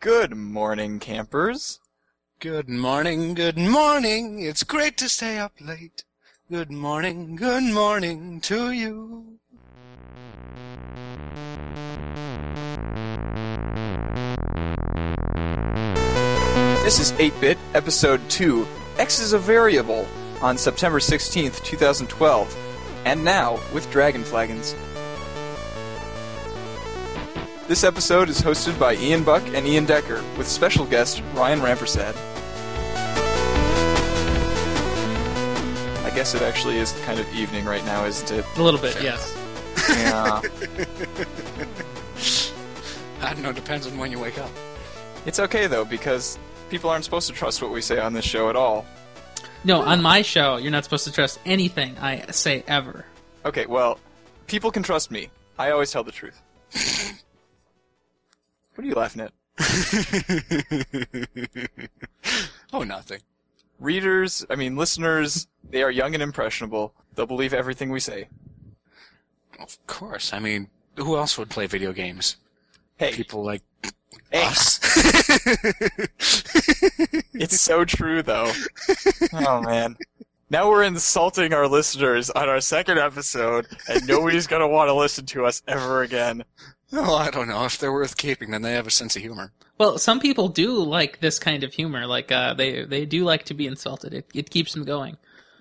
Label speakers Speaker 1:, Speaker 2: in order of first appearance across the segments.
Speaker 1: Good morning, campers.
Speaker 2: Good morning, good morning. It's great to stay up late. Good morning, good morning to you.
Speaker 1: This is 8-Bit, Episode 2, X is a Variable, on September 16th, 2012. And now, with Dragon Flagons. This episode is hosted by Ian Buck and Ian Decker, with special guest Ryan Rampersad. I guess it actually is kind of evening right now, isn't it?
Speaker 3: A little bit, yes.
Speaker 1: Yeah.
Speaker 2: I don't know, depends on when you wake up.
Speaker 1: it's okay, though, because people aren't supposed to trust what we say on this show at all.
Speaker 3: No, on my show, you're not supposed to trust anything I say ever.
Speaker 1: Okay, well, people can trust me. I always tell the truth. what are you laughing at?
Speaker 2: oh, nothing.
Speaker 1: Readers, I mean, listeners, they are young and impressionable. They'll believe everything we say.
Speaker 2: Of course. I mean, who else would play video games?
Speaker 1: Hey,
Speaker 2: People like
Speaker 1: hey,
Speaker 2: us.
Speaker 1: it's so true, though. oh, man. Now we're insulting our listeners on our second episode, and nobody's going to want to listen to us ever again.
Speaker 2: no, Oh, I don't know. If they're worth keeping, then they have a sense of humor.
Speaker 3: Well, some people do like this kind of humor. Like uh, they they do like to be insulted. It it keeps them going.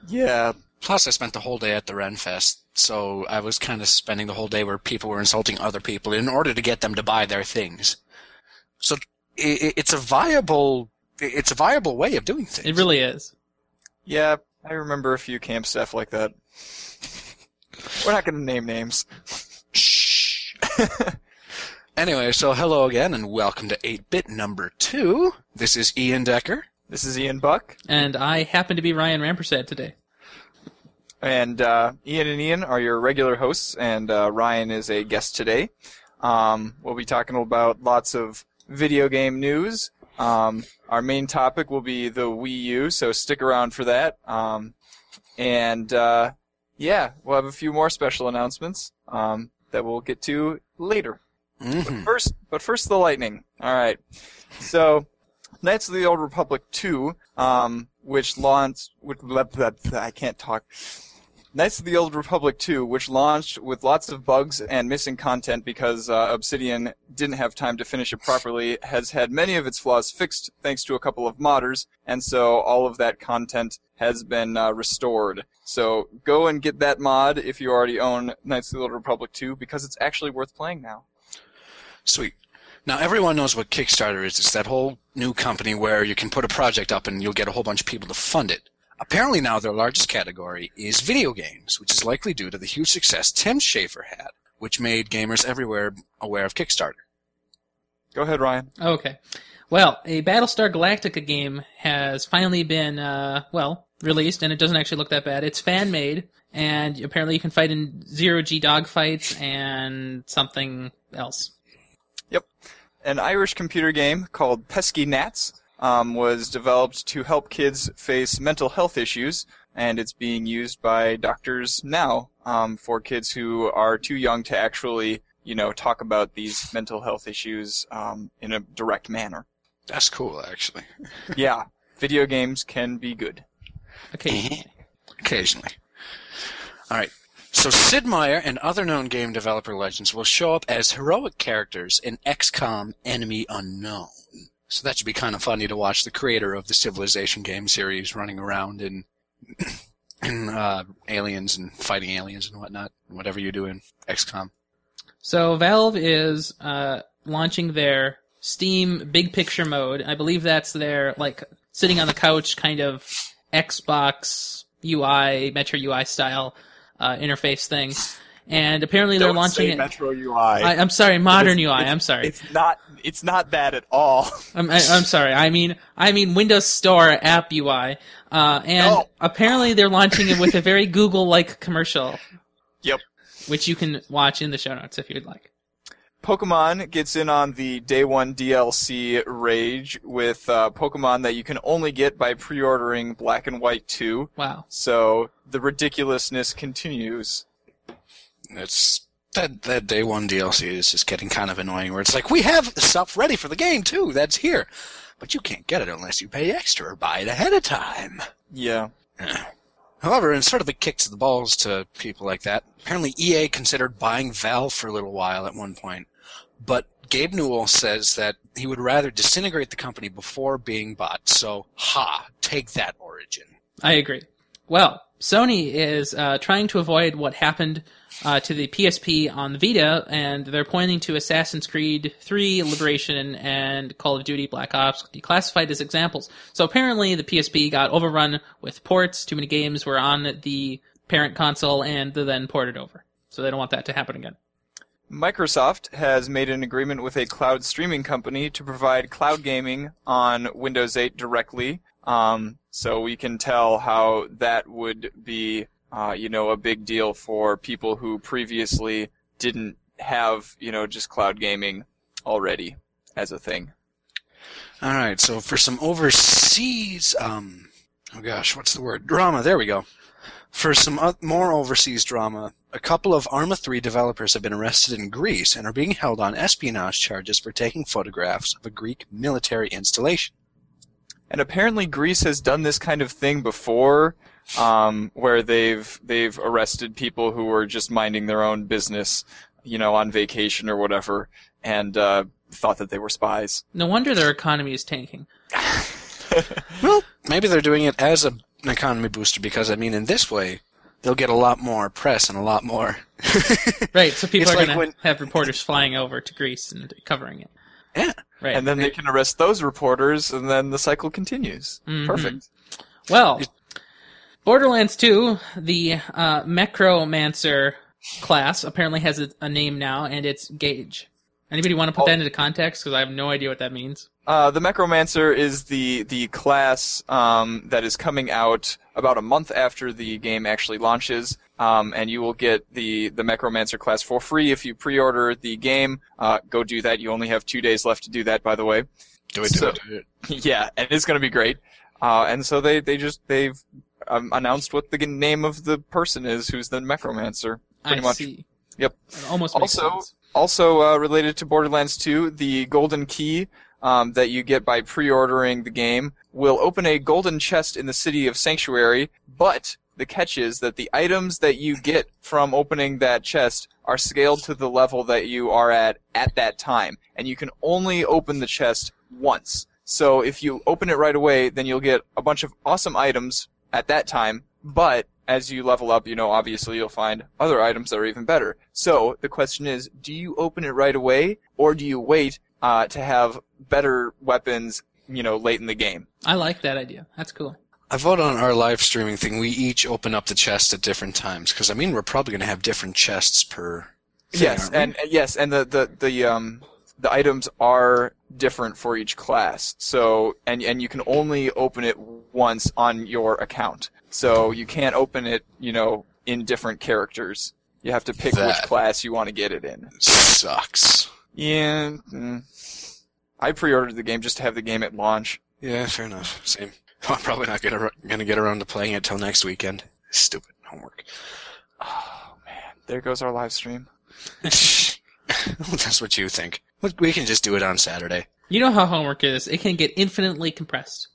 Speaker 1: Yeah,
Speaker 2: Plus, I spent the whole day at the Ren Fest, so I was kind of spending the whole day where people were insulting other people in order to get them to buy their things. So i i- it's a viable, i- it's a viable way of doing things.
Speaker 3: It really is.
Speaker 1: yeah, I remember a few camp staff like that. We're not going to name names.
Speaker 2: Shh. anyway, so hello again, and welcome to 8-bit number two. This is Ian Decker.
Speaker 1: This is Ian Buck.
Speaker 3: And I happen to be Ryan Rampersad today.
Speaker 1: And uh, Ian and Ian are your regular hosts, and uh, Ryan is a guest today. Um, we'll be talking about lots of video game news. Um, our main topic will be the Wii U, so stick around for that. Um, and uh, yeah, we'll have a few more special announcements um, that we'll get to later
Speaker 2: Mhm.
Speaker 1: first, but first the lightning. All right. So, Knights of the Old Republic 2, um, which launched, which, blah, blah, blah, I can't talk. Knights of the Old Republic 2, which launched with lots of bugs and missing content because uh, Obsidian didn't have time to finish it properly, has had many of its flaws fixed thanks to a couple of modders, and so all of that content has been uh, restored. So go and get that mod if you already own Knights of the Old Republic 2 because it's actually worth playing now.
Speaker 2: Sweet. Now everyone knows what Kickstarter is. It's that whole new company where you can put a project up and you'll get a whole bunch of people to fund it. Apparently now their largest category is video games, which is likely due to the huge success Tim Schafer had, which made gamers everywhere aware of Kickstarter.
Speaker 1: Go ahead, Ryan.
Speaker 3: Okay. Well, a Battlestar Galactica game has finally been, uh, well, released, and it doesn't actually look that bad. It's fan made, and apparently you can fight in zero G dogfights and something else.
Speaker 1: an Irish computer game called Pesky Gnats um, was developed to help kids face mental health issues, and it's being used by doctors now um, for kids who are too young to actually, you know, talk about these mental health issues um, in a direct manner.
Speaker 2: That's cool, actually.
Speaker 1: yeah, video games can be good.
Speaker 3: Okay.
Speaker 2: Mm-hmm. Occasionally. All right. So Sid Meier and other known game developer legends will show up as heroic characters in XCOM Enemy Unknown. So that should be kind of funny to watch the creator of the Civilization game series running around in, in uh, aliens and fighting aliens and whatnot, whatever you do in XCOM.
Speaker 3: So Valve is uh, launching their Steam Big Picture mode. I believe that's their like sitting on the couch kind of Xbox UI Metro UI style uh, interface thing. And apparently they're launching it.
Speaker 1: Metro UI.
Speaker 3: I, I'm sorry, modern
Speaker 1: It's-
Speaker 3: UI.
Speaker 1: it's-
Speaker 3: I'm sorry.
Speaker 1: it's not. It's not that at all.
Speaker 3: I'm, I, I'm sorry. I mean, I mean Windows Store app UI. Uh, and
Speaker 1: No.
Speaker 3: apparently they're launching it with a very Google-like commercial.
Speaker 1: Yep.
Speaker 3: Which you can watch in the show notes if you'd like.
Speaker 1: Pokemon gets in on the day one DLC rage with uh, Pokemon that you can only get by pre-ordering Black and White 2.
Speaker 3: Wow.
Speaker 1: So the ridiculousness continues.
Speaker 2: It's That that day one DLC is just getting kind of annoying. Where it's like we have stuff ready for the game too. That's here, but you can't get it unless you pay extra or buy it ahead of time.
Speaker 1: Yeah.
Speaker 2: However, in sort of a kick to the balls to people like that, apparently EA considered buying Valve for a little while at one point. But Gabe Newell says that he would rather disintegrate the company before being bought. So, ha, take that origin.
Speaker 3: I agree. Well, Sony is uh, trying to avoid what happened uh, to the PSP on the Vita, and they're pointing to Assassin's Creed 3, Liberation, and Call of Duty Black Ops declassified as examples. So apparently, the PSP got overrun with ports. Too many games were on the parent console, and they then ported over. So they don't want that to happen again.
Speaker 1: Microsoft has made an agreement with a cloud streaming company to provide cloud gaming on Windows 8 directly. Um, so we can tell how that would be, uh, you know, a big deal for people who previously didn't have, you know, just cloud gaming already as a thing.
Speaker 2: All right, so for some overseas, um, oh gosh, what's the word? Drama. There we go. For some o- more overseas drama, a couple of Arma 3 developers have been arrested in Greece and are being held on espionage charges for taking photographs of a Greek military installation.
Speaker 1: And apparently Greece has done this kind of thing before, um, where they've they've arrested people who were just minding their own business, you know, on vacation or whatever, and uh, thought that they were spies.
Speaker 3: No wonder their economy is tanking.
Speaker 2: Well, maybe they're doing it as a, an economy booster because, I mean, in this way, they'll get a lot more press and a lot more.
Speaker 3: Right, so people
Speaker 2: It's
Speaker 3: are
Speaker 2: like
Speaker 3: going
Speaker 2: when-
Speaker 3: to have reporters flying over to Greece and covering it.
Speaker 2: yeah.
Speaker 3: Right.
Speaker 1: And then they can arrest those reporters, and then the cycle continues.
Speaker 3: Mhm.
Speaker 1: Perfect.
Speaker 3: Well, Borderlands 2, the uh, Necromancer class apparently has a, a name now, and it's Gage. Anybody want to put
Speaker 1: Oh.
Speaker 3: that into context? Because I have no idea what that means.
Speaker 1: Uh, the Necromancer is the the class um, that is coming out about a month after the game actually launches, um, and you will get the the Necromancer class for free if you pre-order the game. Uh, go do that. You only have two days left to do that, by the way.
Speaker 2: Do it, do
Speaker 1: So-
Speaker 2: it, do it.
Speaker 1: yeah, and it's going to be great. Uh, and so they they just they've um, announced what the g- name of the person is who's the Necromancer. Pretty
Speaker 3: I
Speaker 1: much.
Speaker 3: see.
Speaker 1: Yep.
Speaker 3: It almost
Speaker 1: Also-
Speaker 3: makes sense.
Speaker 1: Also uh, related to Borderlands 2, the golden key um, that you get by pre-ordering the game will open a golden chest in the city of Sanctuary. But the catch is that the items that you get from opening that chest are scaled to the level that you are at at that time, and you can only open the chest once. So if you open it right away, then you'll get a bunch of awesome items at that time, but as you level up, you know, obviously you'll find other items that are even better. So the question is, do you open it right away, or do you wait uh, to have better weapons, you know, late in the game?
Speaker 3: I like that idea. That's cool.
Speaker 2: I vote on our live streaming thing. We each open up the chest at different times because I mean we're probably going to have different chests per. thing,
Speaker 1: yes,
Speaker 2: aren't we?
Speaker 1: and yes, and the the the um the items are different for each class. So and and you can only open it once on your account. So you can't open it, you know, in different characters. You have to pick
Speaker 2: That-
Speaker 1: which class you want to get it in.
Speaker 2: sucks.
Speaker 1: Yeah. mm. I pre-ordered the game just to have the game at launch.
Speaker 2: Yeah, fair enough. Same. I'm probably not going to going to get around to playing it till next weekend. Stupid homework.
Speaker 1: Oh man, there goes our live stream.
Speaker 2: That's what you think. We- We can just do it on Saturday.
Speaker 3: You know how homework is. It can get infinitely compressed.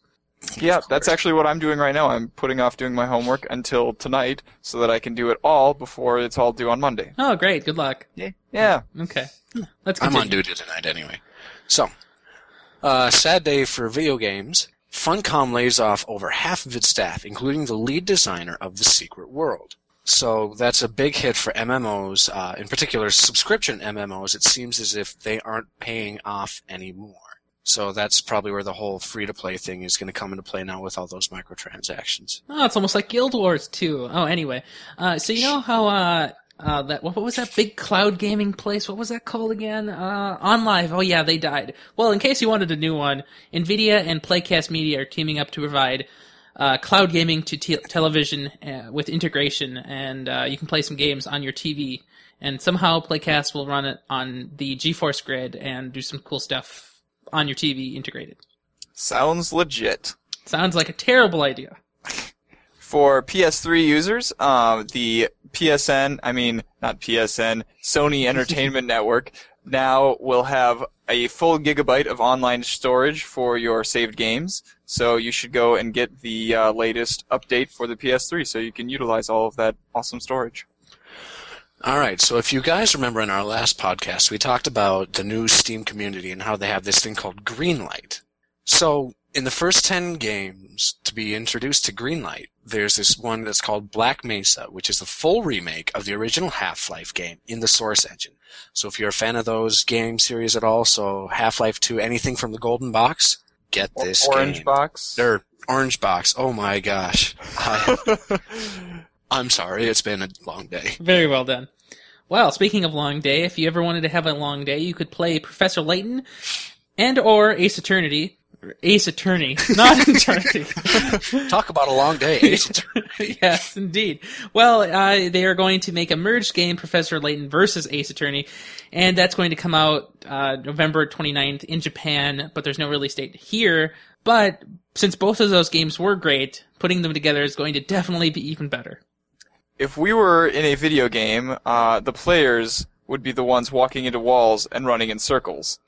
Speaker 1: Yeah, that's actually what I'm doing right now. I'm putting off doing my homework until tonight so that I can do it all before it's all due on Monday.
Speaker 3: Oh, great. Good luck.
Speaker 1: Yeah. Yeah.
Speaker 3: Okay. Let's
Speaker 2: I'm
Speaker 3: continue.
Speaker 2: on duty tonight anyway. So, uh, sad day for video games. Funcom lays off over half of its staff, including the lead designer of The Secret World. So that's a big hit for MMOs, uh, in particular subscription MMOs. It seems as if they aren't paying off anymore. So that's probably where the whole free-to-play thing is going to come into play now with all those microtransactions.
Speaker 3: Oh, it's almost like Guild Wars 2. Oh, anyway. Uh, so you know how, uh, uh, that, what, what was that big cloud gaming place? What was that called again? Uh, OnLive. Oh yeah, they died. Well, in case you wanted a new one, NVIDIA and Playcast Media are teaming up to provide, uh, cloud gaming to te- television uh, with integration and, uh, you can play some games on your TV and somehow Playcast will run it on the GeForce grid and do some cool stuff on your TV integrated.
Speaker 1: Sounds legit.
Speaker 3: Sounds like a terrible idea.
Speaker 1: For PS3 users, um, the PSN, I mean, not PSN, Sony Entertainment Network now will have a full gigabyte of online storage for your saved games. So you should go and get the uh, latest update for the PS3 so you can utilize all of that awesome storage.
Speaker 2: All right. So if you guys remember in our last podcast, we talked about the new Steam community and how they have this thing called Greenlight. So in the first 10 games to be introduced to Greenlight, there's this one that's called Black Mesa, which is the full remake of the original Half-Life game in the Source engine. So if you're a fan of those game series at all, so Half-Life 2, anything from the Golden Box, get
Speaker 1: Or-
Speaker 2: this
Speaker 1: Orange
Speaker 2: game.
Speaker 1: Box.
Speaker 2: Or Orange Box. Oh my gosh. I, I'm sorry. It's been a long day.
Speaker 3: Very well done. Well, speaking of long day, if you ever wanted to have a long day, you could play Professor Layton and or Ace Eternity. Ace Attorney, not Eternity.
Speaker 2: Talk about a long day. Ace Attorney.
Speaker 3: yes, indeed. Well, uh, they are going to make a merged game, Professor Layton versus Ace Attorney, and that's going to come out uh, November 29th in Japan, but there's no release date here. But since both of those games were great, putting them together is going to definitely be even better.
Speaker 1: if we were in a video game, uh, the players would be the ones walking into walls and running in circles.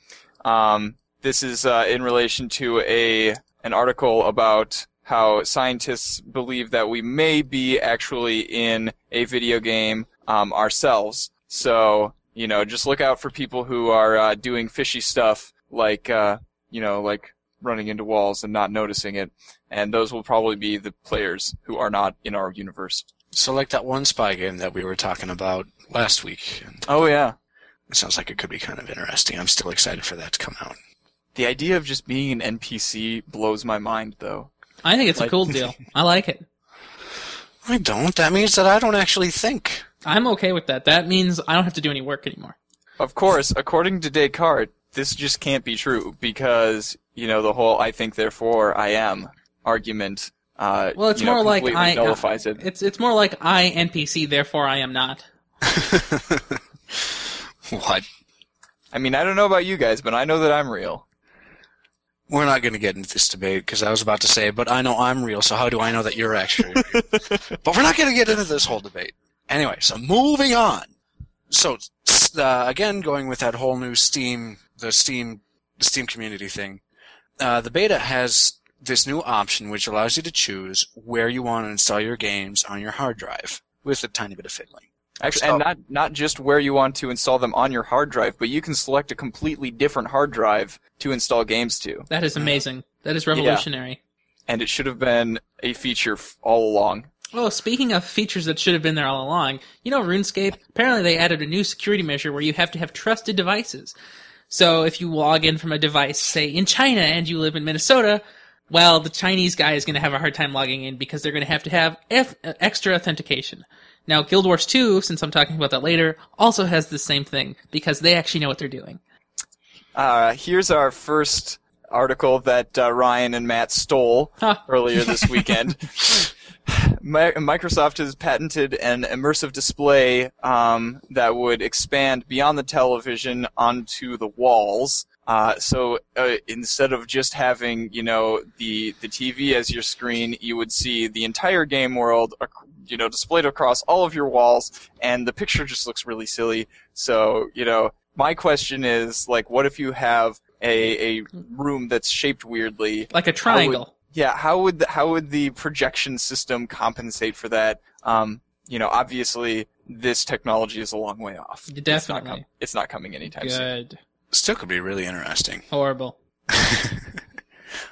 Speaker 1: Um, this is uh, in relation to a an article about how scientists believe that we may be actually in a video game um, ourselves. So you know, just look out for people who are uh, doing fishy stuff, like uh, you know, like running into walls and not noticing it. And those will probably be the players who are not in our universe.
Speaker 2: So like that one spy game that we were talking about last week. And
Speaker 1: Oh yeah.
Speaker 2: it sounds like it could be kind of interesting. I'm still excited for that to come out.
Speaker 1: The idea of just being an NPC blows my mind, though.
Speaker 3: I think it's a
Speaker 1: Like-
Speaker 3: cool deal. I like it.
Speaker 2: I don't. That means that I don't actually think.
Speaker 3: I'm okay with that. That means I don't have to do any work anymore.
Speaker 1: Of course, according to Descartes, this just can't be true because you know the whole "I think, therefore I am" argument. Uh,
Speaker 3: Well, it's
Speaker 1: you know,
Speaker 3: more like
Speaker 1: completely
Speaker 3: I-
Speaker 1: nullifies it.
Speaker 3: It's it's more like I NPC, therefore I am not.
Speaker 2: What?
Speaker 1: I mean, I don't know about you guys, but I know that I'm real.
Speaker 2: We're not going to get into this debate because I was about to say, but I know I'm real, so how do I know that you're actually real? but we're not going to get into this whole debate. Anyway, so moving on. So s- uh, again, going with that whole new Steam, the Steam, the Steam community thing, uh, the beta has this new option which allows you to choose where you want to install your games on your hard drive with a tiny bit of fiddling.
Speaker 1: Actually,
Speaker 2: Oh.
Speaker 1: and not not just where you want to install them on your hard drive, but you can select a completely different hard drive to install games to.
Speaker 3: That is amazing. That is revolutionary.
Speaker 1: And it should have been a feature f- all along.
Speaker 3: Well, Oh, speaking of features that should have been there all along, you know RuneScape? Apparently they added a new security measure where you have to have trusted devices. So if you log in from a device, say in China and you live in Minnesota, well, the Chinese guy is going to have a hard time logging in because they're going to have to have F- uh, extra authentication. Now Guild Wars 2, since I'm talking about that later, also has the same thing because they actually know what they're doing.
Speaker 1: Uh, here's our first article that uh, Ryan and Matt stole
Speaker 3: Huh.
Speaker 1: earlier this weekend. Mi- Microsoft has patented an immersive display um, that would expand beyond the television onto the walls. Uh, so uh, instead of just having you know the the TV as your screen, you would see the entire game world, ac- you know, displayed across all of your walls, and the picture just looks really silly. So you know, my question is like, what if you have a a room that's shaped weirdly,
Speaker 3: Like a triangle.
Speaker 1: yeah, how would the, how would the projection system compensate for that? Um, you know, obviously this technology is a long way off. It's not, com-
Speaker 3: Definitely.
Speaker 1: it's not coming anytime soon.
Speaker 3: Good.
Speaker 2: Still could be really interesting.
Speaker 3: Horrible.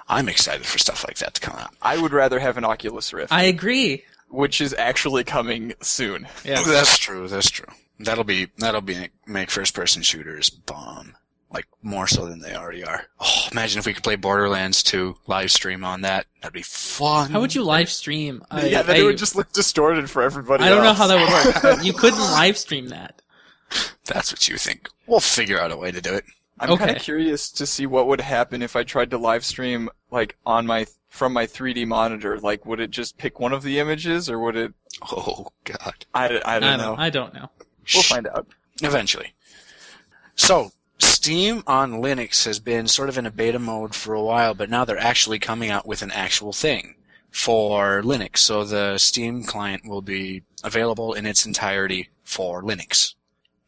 Speaker 2: I'm excited for stuff like that to come out.
Speaker 1: I would rather have an Oculus Rift,
Speaker 3: I agree.
Speaker 1: which is actually coming soon.
Speaker 3: Yeah.
Speaker 2: That's true. That's true. That'll be that'll be make first person shooters bomb like more so than they already are. Oh, imagine if we could play Borderlands 2 live stream on that. That'd be fun.
Speaker 3: How would you live stream? I,
Speaker 1: yeah, then
Speaker 3: I,
Speaker 1: it would just look distorted for everybody.
Speaker 3: I don't know
Speaker 1: else.
Speaker 3: how that would work. you couldn't live stream that.
Speaker 2: That's what you think. We'll figure out a way to do it.
Speaker 1: I'm kind
Speaker 3: Okay.
Speaker 1: of curious to see what would happen if I tried to live stream like on my from my 3D monitor. Like, would it just pick one of the images, or would it?
Speaker 2: Oh God.
Speaker 1: I, I don't know.
Speaker 3: I don't know.
Speaker 1: We'll find out.
Speaker 2: eventually. So, Steam on Linux has been sort of in a beta mode for a while, but now they're actually coming out with an actual thing. for Linux. So the Steam client will be available in its entirety for Linux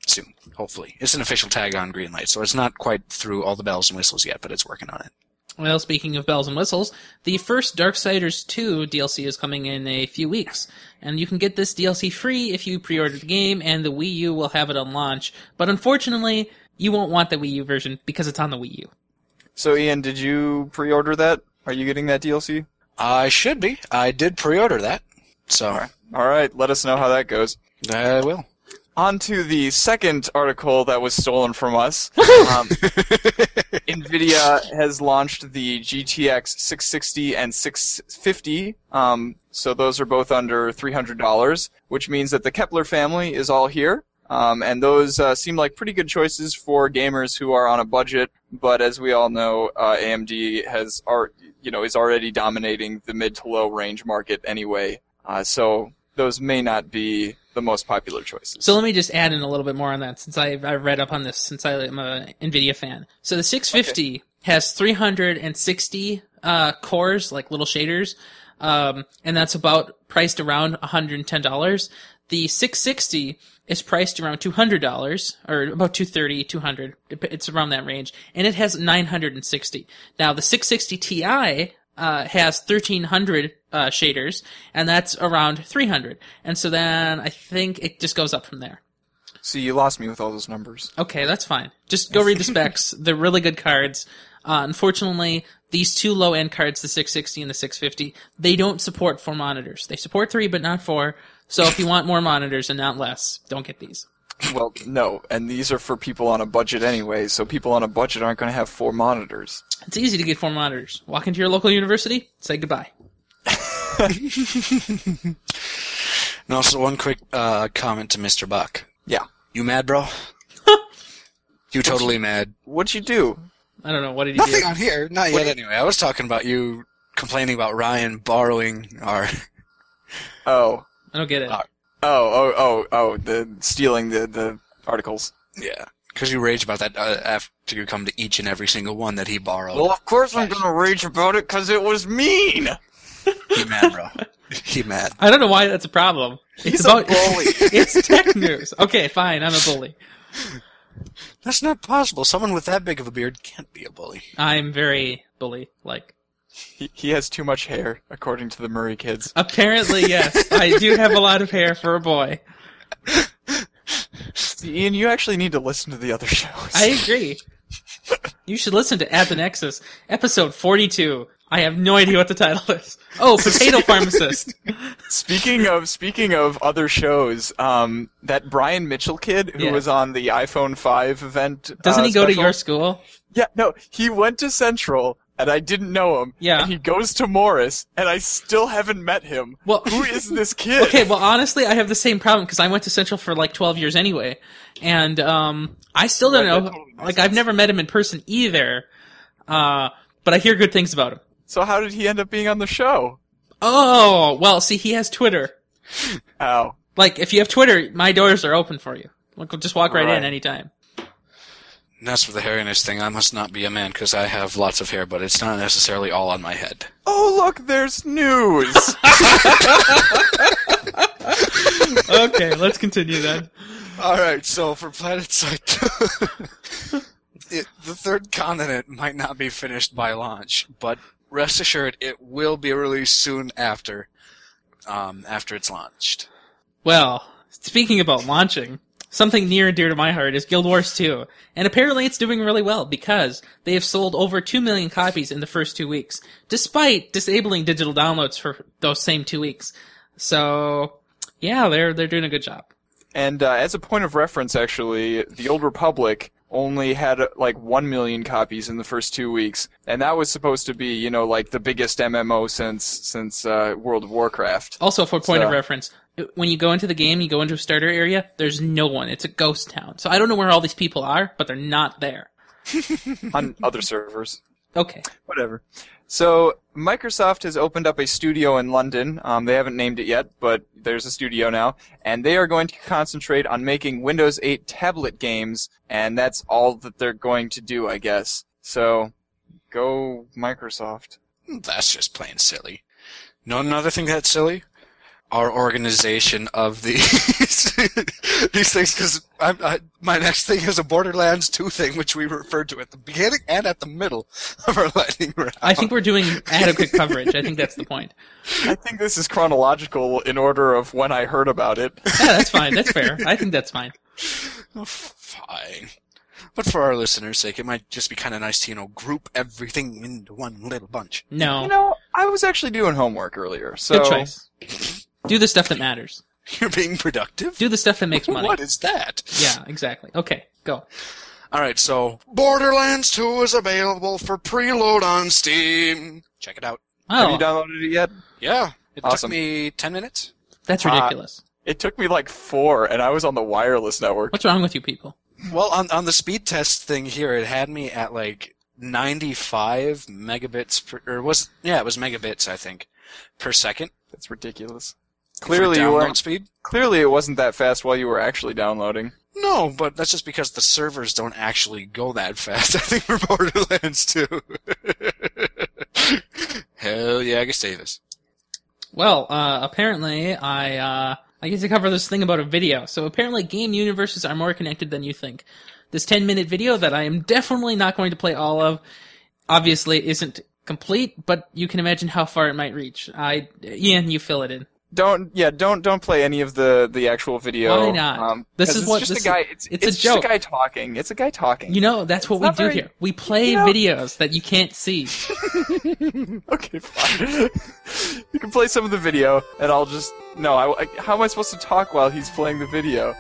Speaker 2: soon, hopefully. It's an official tag on Greenlight, so it's not quite through all the bells and whistles yet, but it's working on it.
Speaker 3: Well, speaking of bells and whistles, the first Darksiders 2 DLC is coming in a few weeks, and you can get this DLC free if you pre-order the game, and the Wii U will have it on launch. But unfortunately, you won't want the Wii U version because it's on the Wii U.
Speaker 1: So, Ian, did you pre-order that? Are you getting that DLC?
Speaker 2: I should be. I did pre-order that, so
Speaker 1: All right, let us know how that goes.
Speaker 2: I will.
Speaker 1: On to the second article that was stolen from us. Um, NVIDIA has launched the GTX 660 and 650. Um, so those are both under $300, which means that the Kepler family is all here. Um, and those uh, seem like pretty good choices for gamers who are on a budget. But as we all know, uh, AMD has are you know is already dominating the mid to low range market anyway. Uh, so those may not be the most popular choices.
Speaker 3: So let me just add in a little bit more on that since I I read up on this since I am a Nvidia fan. So the 650 has 360 uh, cores, like little shaders, um, and that's about priced around 110 dollars. The 660 is priced around 200 dollars or about 230, 200. Dep- It's around that range, and it has 960. Now the 660 Ti uh, has 1300 uh, shaders, and that's around 300. And so then I think it just goes up from there.
Speaker 1: See, you lost me with all those numbers.
Speaker 3: Okay, that's fine. Just go read the specs. They're really good cards. Uh, unfortunately, these two low end cards, the 660 and the 650, they don't support four monitors. They support three, but not four. So if you want more monitors and not less, don't get these.
Speaker 1: Well, no, and these are for people on a budget anyway, so people on a budget aren't going to have four monitors.
Speaker 3: It's easy to get four monitors. Walk into your local university, say goodbye.
Speaker 2: And also, one quick uh, comment to Mr. Buck.
Speaker 1: Yeah.
Speaker 2: You mad, bro? you totally mad.
Speaker 1: What'd you do?
Speaker 3: I don't know. What did he
Speaker 2: Nothing
Speaker 3: do?
Speaker 2: on here. Not yet. Anyway, I was talking about you complaining about Ryan borrowing our.
Speaker 1: Oh,
Speaker 3: I don't get it.
Speaker 2: Uh,
Speaker 1: oh, oh, oh, oh, the stealing the, the articles.
Speaker 2: Yeah. Because you rage about that uh, after you come to each and every single one that he borrowed.
Speaker 1: Well, of course I'm going to rage about it because it was mean.
Speaker 2: he mad, bro. he mad.
Speaker 3: I don't know why that's a problem. It's
Speaker 1: a
Speaker 3: about
Speaker 1: bully.
Speaker 3: it's tech news. Okay, fine. I'm a bully.
Speaker 2: That's not possible. Someone with that big of a beard can't be a bully.
Speaker 3: I'm very bully like.
Speaker 1: He, he has too much hair, according to the Murray kids.
Speaker 3: Apparently, yes. I do have a lot of hair for a boy.
Speaker 1: See, Ian, you actually need to listen to the other shows.
Speaker 3: I agree. You should listen to At the Nexus, episode 42. I have no idea what the title is. Oh, Potato Pharmacist.
Speaker 1: Oh, Speaking of speaking of other shows, um, that Brian Mitchell kid who
Speaker 3: Yeah.
Speaker 1: was on the iPhone 5 event.
Speaker 3: Doesn't
Speaker 1: uh,
Speaker 3: he go to
Speaker 1: special-
Speaker 3: your school?
Speaker 1: Yeah, no, he went to Central, and I didn't know him.
Speaker 3: Yeah.
Speaker 1: And he goes to Morris, and I still haven't met him.
Speaker 3: Well-
Speaker 1: who is this kid?
Speaker 3: Okay, well, honestly, I have the same problem because I went to Central for like 12 years anyway. And, um, I still don't
Speaker 1: Right, that
Speaker 3: know.
Speaker 1: totally makes
Speaker 3: Like, I've
Speaker 1: sense.
Speaker 3: never met him in person either. Uh, but I hear good things about him.
Speaker 1: So how did he end up being on the show?
Speaker 3: Oh, well, see, he has Twitter.
Speaker 1: Oh,
Speaker 3: Like, if you have Twitter, my doors are open for you. Like, just walk right in
Speaker 1: Alright.
Speaker 3: anytime.
Speaker 2: And as for the hairiness thing, I must not be a man because I have lots of hair, but it's not necessarily all on my head.
Speaker 1: oh look, there's news.
Speaker 3: okay, let's continue then.
Speaker 2: All right, so for Planet Side, it, the third continent might not be finished by launch, but rest assured, it will be released soon after, um, after it's launched.
Speaker 3: Well, speaking about launching, something near and dear to my heart is Guild Wars 2. And apparently it's doing really well because they have sold over 2 million copies in the first two weeks, despite disabling digital downloads for those same two weeks. So, yeah, they're, they're doing a good job.
Speaker 1: And uh, as a point of reference, actually, the Old Republic only had uh, like one million copies in the first two weeks, and that was supposed to be, you know, like the biggest MMO since since uh, World of Warcraft.
Speaker 3: Also, for point of
Speaker 1: So-
Speaker 3: reference, when you go into the game, you go into a starter area, there's no one. It's a ghost town. So I don't know where all these people are, but they're not there.
Speaker 1: on other servers.
Speaker 3: Okay.
Speaker 1: Whatever. So Microsoft has opened up a studio in London. Um, they haven't named it yet, but there's a studio now, and they are going to concentrate on making Windows 8 tablet games, and that's all that they're going to do, I guess. So, go Microsoft.
Speaker 2: That's just plain silly. Know another thing that's silly? Our organization of these these things, because I, my next thing is a Borderlands 2 thing, which we referred to at the beginning and at the middle of our lightning round.
Speaker 3: I think we're doing adequate coverage. I think that's the point.
Speaker 1: I think this is chronological in order of when I heard about it.
Speaker 3: Yeah, that's fine. That's fair. I think that's fine.
Speaker 2: Oh, fine. But for our listeners' sake, it might just be kind of nice to you know group everything into one little bunch.
Speaker 3: No,
Speaker 1: You know, I was actually doing homework earlier, so
Speaker 3: good choice. Do the stuff that matters.
Speaker 2: You're being productive.
Speaker 3: Do the stuff that makes money.
Speaker 2: What is that?
Speaker 3: Yeah, exactly. Okay, go.
Speaker 2: All right, so Borderlands 2 is available for preload on Steam. Check it out.
Speaker 1: have you
Speaker 3: Oh,
Speaker 1: downloaded it yet?
Speaker 2: Yeah, it
Speaker 1: Awesome.
Speaker 2: took me 10 minutes.
Speaker 3: that's
Speaker 1: Uh,
Speaker 3: ridiculous.
Speaker 1: It took me like four, and I was on the wireless network.
Speaker 3: What's wrong with you people?
Speaker 2: Well, on on the speed test thing here, it had me at like 95 megabits per or was yeah, it was megabits I think per second.
Speaker 1: That's ridiculous.
Speaker 2: for
Speaker 1: Clearly, you
Speaker 2: download
Speaker 1: weren't.
Speaker 2: speed.
Speaker 1: Clearly, it wasn't that fast while you were actually downloading.
Speaker 2: No, but that's just because the servers don't actually go that fast. I think for Borderlands 2. Hell yeah, Agus Davis.
Speaker 3: Well, uh, apparently I uh, I get to cover this thing about a video. So apparently, game universes are more connected than you think. This ten minute video that I am definitely not going to play all of, obviously isn't complete, but you can imagine how far it might reach. I Ian, you fill it in.
Speaker 1: Don't yeah, don't don't play any of the the actual video.
Speaker 3: Why not? This
Speaker 1: 'cause
Speaker 3: is
Speaker 1: it's
Speaker 3: what-
Speaker 1: just
Speaker 3: this
Speaker 1: a guy.
Speaker 3: is-
Speaker 1: It's,
Speaker 3: it's a
Speaker 1: just
Speaker 3: joke.
Speaker 1: a guy talking. It's a guy talking.
Speaker 3: You know that's what
Speaker 1: It's
Speaker 3: we
Speaker 1: not
Speaker 3: do
Speaker 1: very-
Speaker 3: here. We play
Speaker 1: you know-
Speaker 3: videos that you can't see.
Speaker 1: okay, fine. you can play some of the video, and I'll just no. I, I- how am I supposed to talk while he's playing the video?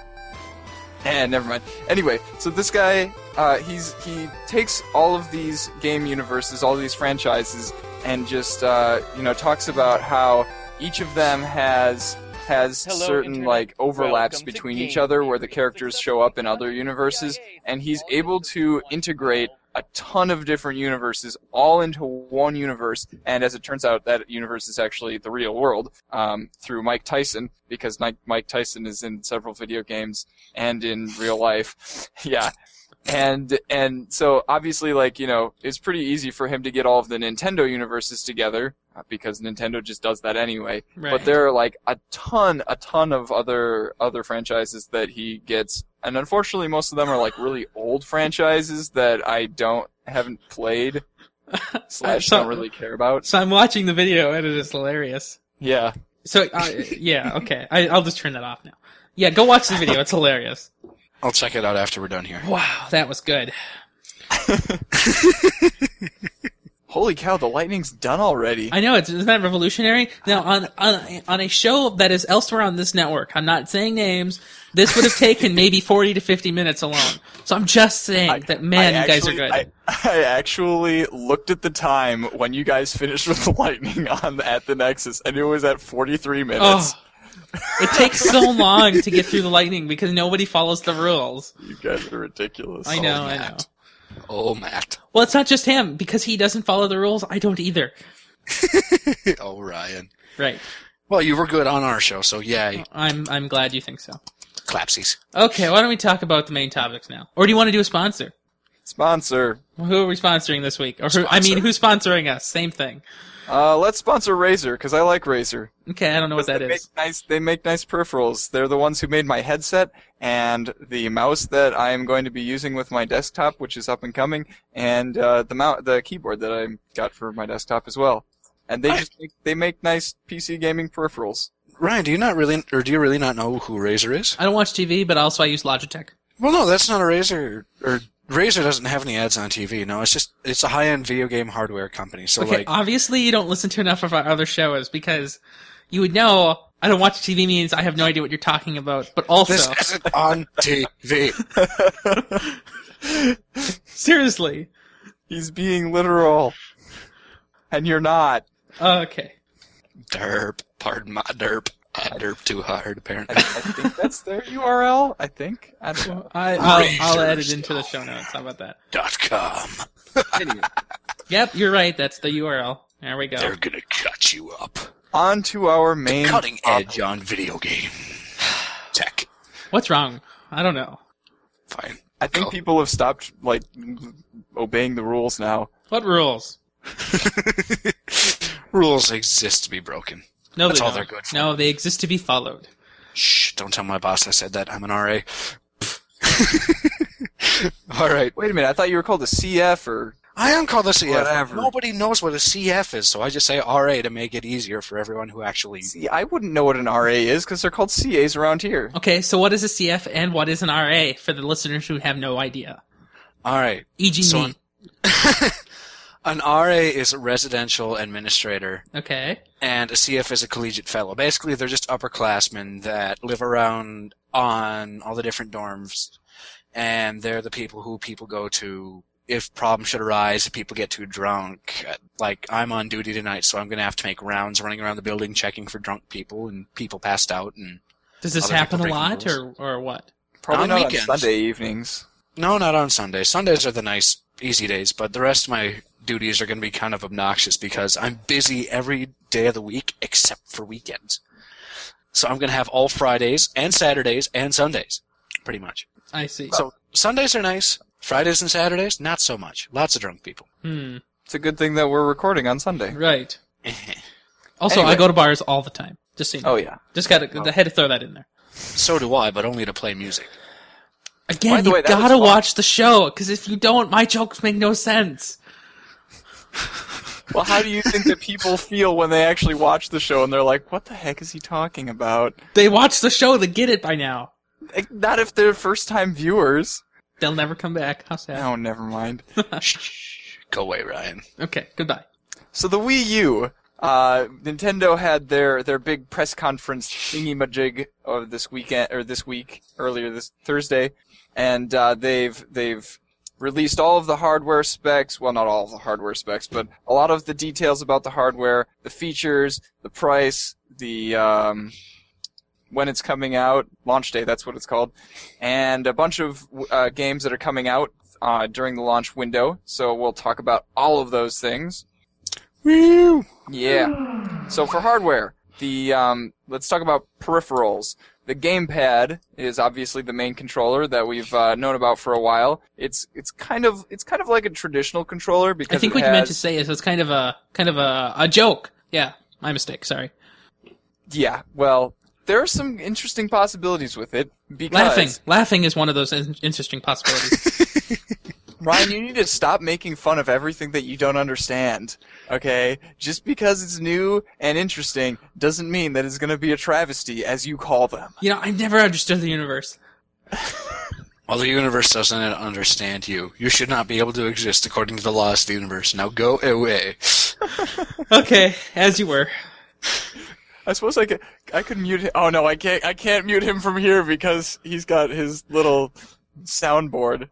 Speaker 1: And never mind. Anyway, so this guy, uh, he's he takes all of these game universes, all these franchises, and just uh, you know talks about how each of them has has
Speaker 4: Hello,
Speaker 1: certain
Speaker 4: Internet.
Speaker 1: like overlaps
Speaker 4: Welcome to
Speaker 1: between
Speaker 4: Game
Speaker 1: each other, where the
Speaker 4: Theory.
Speaker 1: characters show up in other universes, and he's able to integrate a ton of different universes all into one universe. And as it turns out, that universe is actually the real world um, through Mike Tyson, because Ni- Mike Tyson is in several video games and in real life. yeah. And and so obviously like you know it's pretty easy for him to get all of the Nintendo universes together uh, because Nintendo just does that anyway
Speaker 3: Right.
Speaker 1: but there are like a ton a ton of other other franchises that he gets and unfortunately most of them are like really old franchises that i don't haven't played slash
Speaker 3: so-
Speaker 1: don't really care about
Speaker 3: so I'm watching the video and it is hilarious.
Speaker 1: yeah
Speaker 3: So uh, yeah, okay. I, I'll just turn that off now. Yeah, go watch the video. It's hilarious.
Speaker 2: I'll check it out after we're done here.
Speaker 3: Wow, that was good.
Speaker 1: holy cow the lightning's done already
Speaker 3: I know it's isn't that revolutionary. Now on on on a show that is elsewhere on this network, I'm not saying names. This would have taken maybe forty to fifty minutes alone. So I'm just saying
Speaker 1: I-
Speaker 3: that man,
Speaker 1: I
Speaker 3: you guys are
Speaker 1: actually-
Speaker 3: good.
Speaker 1: I, I actually looked at the time when you guys finished with the lightning on at the nexus and it was at 43 minutes
Speaker 3: oh, it takes so long to get through the lightning because nobody follows the rules.
Speaker 1: you guys are ridiculous
Speaker 3: I know, I know.
Speaker 2: Matt. Oh, Matt.
Speaker 3: Well, it's not just him because he doesn't follow the rules. I don't either.
Speaker 2: oh, Ryan.
Speaker 3: Right.
Speaker 2: Well, you were good on our show, so yay.
Speaker 3: I'm I'm glad you think so.
Speaker 2: Clapsies.
Speaker 3: Okay, why don't we talk about the main topics now? Or do you want to do a sponsor?
Speaker 1: sponsor
Speaker 3: Who are we sponsoring this week? Or who, I mean,
Speaker 2: Sponsor.
Speaker 3: who's sponsoring us? Same thing.
Speaker 1: uh, let's sponsor razor because i like razor
Speaker 3: Okay, I don't know what that
Speaker 1: they
Speaker 3: is.
Speaker 1: Make nice, they make nice peripherals. They're the ones who made my headset and the mouse that I am going to be using with my desktop, which is up and coming, and uh, the mou- the keyboard that I got for my desktop as well. And they just make, they make nice PC gaming peripherals.
Speaker 2: Ryan, do you not really, or do you really not know who Razor is?
Speaker 3: I don't watch TV, but also I use Logitech.
Speaker 2: Well, no, that's not a Razor. Or Razor doesn't have any ads on TV. No, it's just it's a high-end video game hardware company. So
Speaker 3: Okay,
Speaker 2: like,
Speaker 3: obviously you don't listen to enough of our other shows because you would know I don't watch TV means I have no idea what you're talking about. But
Speaker 2: this
Speaker 3: also,
Speaker 2: isn't on TV.
Speaker 3: seriously,
Speaker 1: He's being literal, and you're not.
Speaker 3: okay.
Speaker 2: derp. Pardon my derp. I derp too hard,
Speaker 1: I,
Speaker 2: apparently.
Speaker 1: I think that's their URL. I think. I don't know.
Speaker 3: I, I'll, I'll add it into the show notes. How about that?
Speaker 2: Dot com.
Speaker 1: Anyway,
Speaker 3: Yep, you're right. That's the URL. There we go.
Speaker 2: They're gonna cut you up.
Speaker 1: on to our main
Speaker 2: Cutting
Speaker 1: topic.
Speaker 2: edge on video game tech.
Speaker 3: What's wrong? I don't know.
Speaker 2: Fine.
Speaker 1: I think
Speaker 2: Go.
Speaker 1: people have stopped like obeying the rules now.
Speaker 3: What rules?
Speaker 2: Rules exist to be broken.
Speaker 3: No,
Speaker 2: That's
Speaker 3: they
Speaker 2: all
Speaker 3: don't.
Speaker 2: they're good for.
Speaker 3: No, they exist to be followed.
Speaker 2: Shh, don't tell my boss I said that. I'm an RA. all right.
Speaker 1: Wait a minute, I thought you were called a CF or
Speaker 2: I am called a CF.
Speaker 1: Whatever.
Speaker 2: Nobody knows what a CF is, so I just say RA to make it easier for everyone who actually.
Speaker 1: See, I wouldn't know what an RA is because they're called CAs around here.
Speaker 3: Okay, so what is a CF and what is an RA for the listeners who have no idea?
Speaker 2: All right.
Speaker 3: E.g.
Speaker 2: So
Speaker 3: me.
Speaker 2: An RA is a residential administrator,
Speaker 3: Okay.
Speaker 2: and a CF is a collegiate fellow. Basically, they're just upperclassmen that live around on all the different dorms, and they're the people who people go to if problems should arise, if people get too drunk. Like, I'm on duty tonight, so I'm going to have to make rounds running around the building checking for drunk people and people passed out and.
Speaker 3: Does this
Speaker 2: Other
Speaker 3: happen a
Speaker 2: people breaking
Speaker 3: lot
Speaker 2: rules.
Speaker 3: or, or what?
Speaker 1: Probably
Speaker 2: On
Speaker 1: not
Speaker 2: weekends.
Speaker 1: on Sunday evenings.
Speaker 2: No, not on Sundays. Sundays are the nice, easy days, but the rest of my duties are going to be kind of obnoxious because I'm busy every day of the week except for weekends. So I'm going to have all Fridays and Saturdays and Sundays, pretty much.
Speaker 3: I see.
Speaker 2: So Sundays are nice. Fridays and Saturdays, not so much. Lots of drunk people.
Speaker 3: Hmm.
Speaker 1: It's a good thing that we're recording on Sunday.
Speaker 3: Right. Also, I
Speaker 1: Anyway.
Speaker 3: go to bars all the time. Just so you know.
Speaker 1: Oh yeah.
Speaker 3: Just gotta, I had to throw that in there.
Speaker 2: so do I, but only to play music.
Speaker 1: By
Speaker 3: Again,
Speaker 1: the
Speaker 3: you
Speaker 1: way, that was
Speaker 3: gotta
Speaker 1: fun.
Speaker 3: watch the show, because if you don't, my jokes make no sense.
Speaker 1: Well, how do you think that people feel when they actually watch the show and they're like, "What the heck is he talking about?"
Speaker 3: They watch the show, they get it by now.
Speaker 1: Like, Not if they're first-time viewers.
Speaker 3: They'll never come back. How sad.
Speaker 1: Oh, never mind.
Speaker 2: Shh, go away, Ryan.
Speaker 3: Okay, goodbye.
Speaker 1: So the Wii U, uh, Nintendo had their their big press conference thingy-majig of this weekend or this week earlier this Thursday, and uh, they've they've released all of the hardware specs. Well, not all of the hardware specs, but a lot of the details about the hardware, the features, the price, the um, when it's coming out, launch day. That's what it's called, and a bunch of uh, games that are coming out. Uh, during the launch window, so we'll talk about all of those things.
Speaker 2: Woo!
Speaker 1: Yeah. So for hardware, the um, let's talk about peripherals. The gamepad is obviously the main controller that we've uh, known about for a while. It's it's kind of it's kind of like a traditional controller because
Speaker 3: I think
Speaker 1: it
Speaker 3: what
Speaker 1: has,
Speaker 3: you meant to say is it's kind of a kind of a, a joke. Yeah, my mistake. Sorry.
Speaker 1: yeah. Well, there are some interesting possibilities with it because
Speaker 3: Laughing, laughing is one of those in- interesting possibilities.
Speaker 1: Ryan, you need to stop making fun of everything that you don't understand. Okay? Just because it's new and interesting doesn't mean that it's going to be a travesty as you call them.
Speaker 3: you know, I've never understood the universe.
Speaker 2: Well, the universe doesn't understand you. You should not be able to exist according to the laws of the universe. Now go away.
Speaker 3: Okay, as you were.
Speaker 1: I suppose I could I could mute him. Oh no, I can't I can't mute him from here because he's got his little soundboard.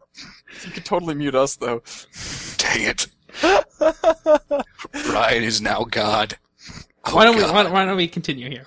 Speaker 1: You could totally mute us though.
Speaker 2: Dang it. Ryan is now God. Oh,
Speaker 3: Why don't we
Speaker 2: God.
Speaker 3: why, don't- why don't we continue here?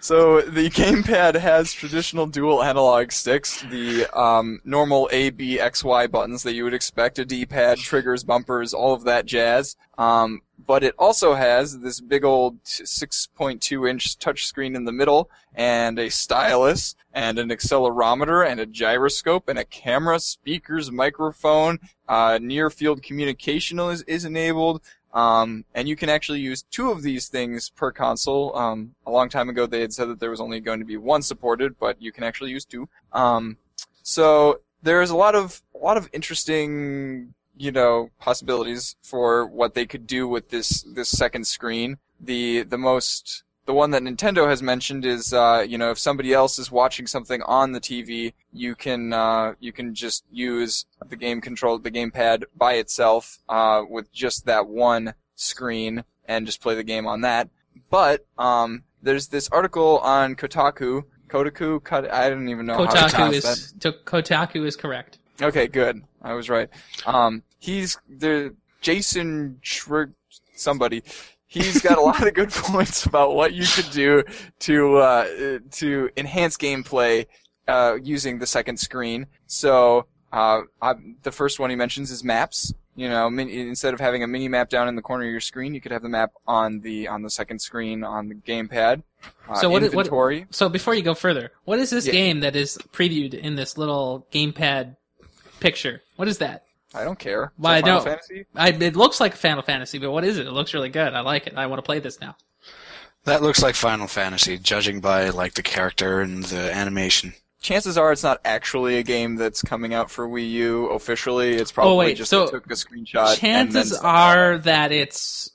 Speaker 1: So the gamepad has traditional dual analog sticks, the um, normal A, B, X, Y buttons that you would expect, a D-pad, triggers, bumpers, all of that jazz. Um, but it also has this big old 6.2-inch touchscreen in the middle, and a stylus, and an accelerometer, and a gyroscope, and a camera, speakers, microphone. Uh, near-field communication is, is enabled. Um, and you can actually use two of these things per console. Um, a long time ago, they had said that there was only going to be one supported, but you can actually use two. Um, so there's a lot of a lot of interesting, you know, possibilities for what they could do with this this second screen. The the most the one that Nintendo has mentioned is, uh, you know, if somebody else is watching something on the TV, you can uh, you can just use the game control, the gamepad by itself uh, with just that one screen and just play the game on that. But um, there's this article on Kotaku, Kotaku, Kot- I don't even know how to
Speaker 3: Kotaku
Speaker 1: pronounce that.
Speaker 3: is to, Kotaku is correct.
Speaker 1: Okay, good. I was right. Um, he's the Jason Schwer, somebody. He's got a lot of good points about what you could do to uh, uh, to enhance gameplay uh, using the second screen. So uh, I, the first one he mentions is maps. You know, min- instead of having a mini map down in the corner of your screen, you could have the map on the on the second screen on the gamepad. Uh,
Speaker 3: So what- what-
Speaker 1: inventory?
Speaker 3: So before you go further, what is this
Speaker 1: Yeah.
Speaker 3: game that is previewed in this little gamepad picture? What is that?
Speaker 1: I don't care. Is
Speaker 3: Why,
Speaker 1: that Final
Speaker 3: no.
Speaker 1: Fantasy?
Speaker 3: I, it looks like Final Fantasy, but what is it? It looks really good. I like it. I want to play this now.
Speaker 2: That looks like Final Fantasy, judging by like the character and the animation.
Speaker 1: Chances are it's not actually a game that's coming out for Wii U officially. It's probably
Speaker 3: Oh, wait,
Speaker 1: just
Speaker 3: so
Speaker 1: they took a screenshot. Uh, and then
Speaker 3: Chances
Speaker 1: stuck it on
Speaker 3: are that it's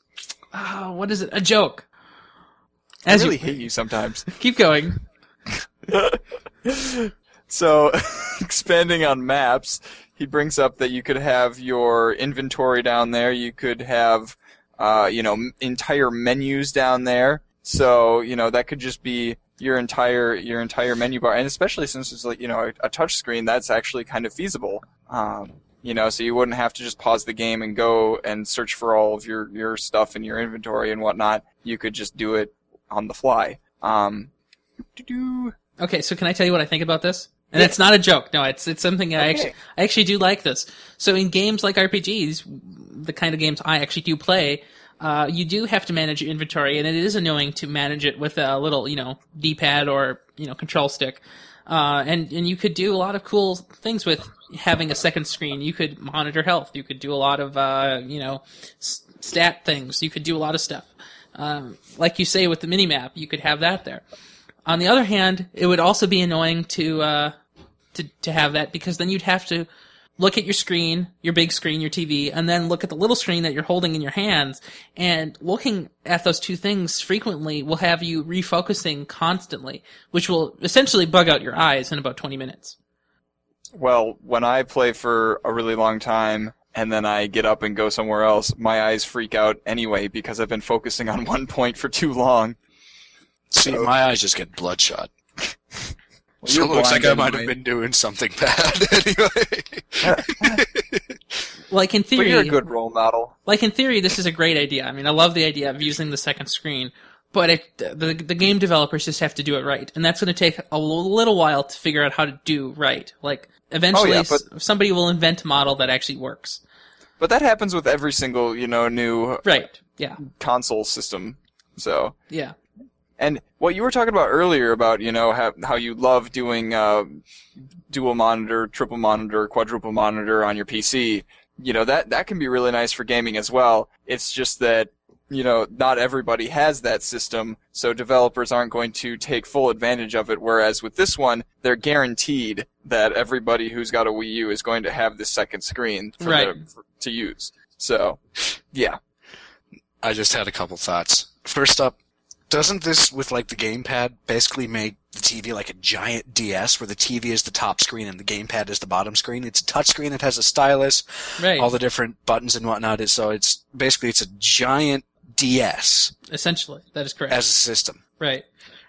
Speaker 3: ah, what is it? A joke.
Speaker 1: there.
Speaker 3: As
Speaker 1: I really
Speaker 3: you
Speaker 1: hate you sometimes.
Speaker 3: keep going,
Speaker 1: So, expanding on maps, he brings up that you could have your inventory down there. You could have, uh, you know, m- entire menus down there. So, you know, that could just be your entire your entire menu bar, and especially since it's like you know a, a touch screen, that's actually kind of feasible. Um, you know, so you wouldn't have to just pause the game and go and search for all of your your stuff in your inventory and whatnot. You could just do it on the fly. Um, doo-doo.
Speaker 3: Okay, so can I tell you what I think about this? And it's not a joke. No, it's it's something I
Speaker 1: Okay.
Speaker 3: actually I actually do like this. So in games like RPGs, the kind of games I actually do play, uh, you do have to manage your inventory, and it is annoying to manage it with a little you know D-pad or you know control stick. Uh, and and you could do a lot of cool things with having a second screen. You could monitor health. You could do a lot of uh, you know s- stat things. You could do a lot of stuff. Um, like you say with the mini map, you could have that there. On the other hand, it would also be annoying to uh, to to have that because then you'd have to look at your screen, your big screen, your TV, and then look at the little screen that you're holding in your hands. And looking at those two things frequently will have you refocusing constantly, which will essentially bug out your eyes in about 20 minutes.
Speaker 1: Well, when I play for a really long time and then I get up and go somewhere else, my eyes freak out anyway because I've been focusing on one point for too long.
Speaker 2: See,
Speaker 1: So-
Speaker 2: my eyes just get bloodshot.
Speaker 1: Well,
Speaker 2: So
Speaker 1: you're
Speaker 2: it looks like
Speaker 1: blind
Speaker 2: I might have
Speaker 1: anyway.
Speaker 2: been doing something bad anyway.
Speaker 3: Like in
Speaker 1: But
Speaker 3: theory,
Speaker 1: you're a good role model.
Speaker 3: like in theory, this is a great idea. I mean, I love the idea of using the second screen, but it, the the game developers just have to do it right, and that's going to take a little while to figure out how to do right. Like eventually,
Speaker 1: Oh, yeah,
Speaker 3: s- somebody will invent a model that actually works.
Speaker 1: But that happens with every single, you know, new
Speaker 3: Right? Yeah.
Speaker 1: console system. So,
Speaker 3: Yeah.
Speaker 1: and what you were talking about earlier about, you know, how, how you love doing uh, dual monitor, triple monitor, quadruple monitor on your PC, you know, that that can be really nice for gaming as well. It's just that you know, not everybody has that system, so developers aren't going to take full advantage of it. Whereas with this one, they're guaranteed that everybody who's got a Wii U is going to have this second screen for
Speaker 3: Right.
Speaker 1: them for- to use. So, yeah,
Speaker 2: I just had a couple thoughts. First up, doesn't this with like the gamepad basically make the TV like a giant DS where the TV is the top screen and the gamepad is the bottom screen? It's a touchscreen that has a stylus,
Speaker 3: Right.
Speaker 2: all the different buttons and whatnot. It's, so it's basically it's a giant DS
Speaker 3: essentially, that is correct.
Speaker 2: as a system.
Speaker 3: right.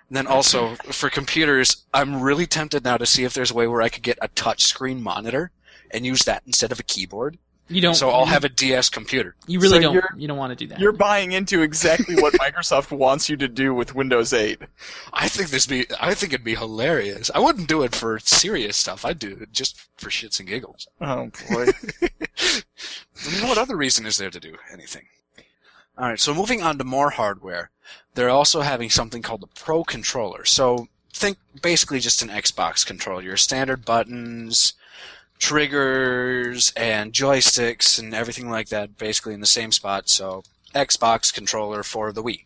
Speaker 2: And then also for computers, I'm really tempted now to see if there's a way where I could get a touchscreen monitor and use that instead of a keyboard.
Speaker 3: You don't.
Speaker 2: So I'll have a DS computer.
Speaker 3: You really
Speaker 1: So
Speaker 3: don't.
Speaker 1: you're-
Speaker 3: You don't want to do that.
Speaker 1: you're buying into exactly what Microsoft wants you to do with Windows 8.
Speaker 2: I think this be I think it'd be hilarious. I wouldn't do it for serious stuff. I'd do it just for shits and giggles.
Speaker 1: Oh boy.
Speaker 2: I mean, what other reason is there to do anything? All right, so moving on to more hardware, they're also having something called the Pro Controller. So think basically just an Xbox controller, your standard buttons, triggers, and joysticks, and everything like that, basically in the same spot. So Xbox controller for the Wii.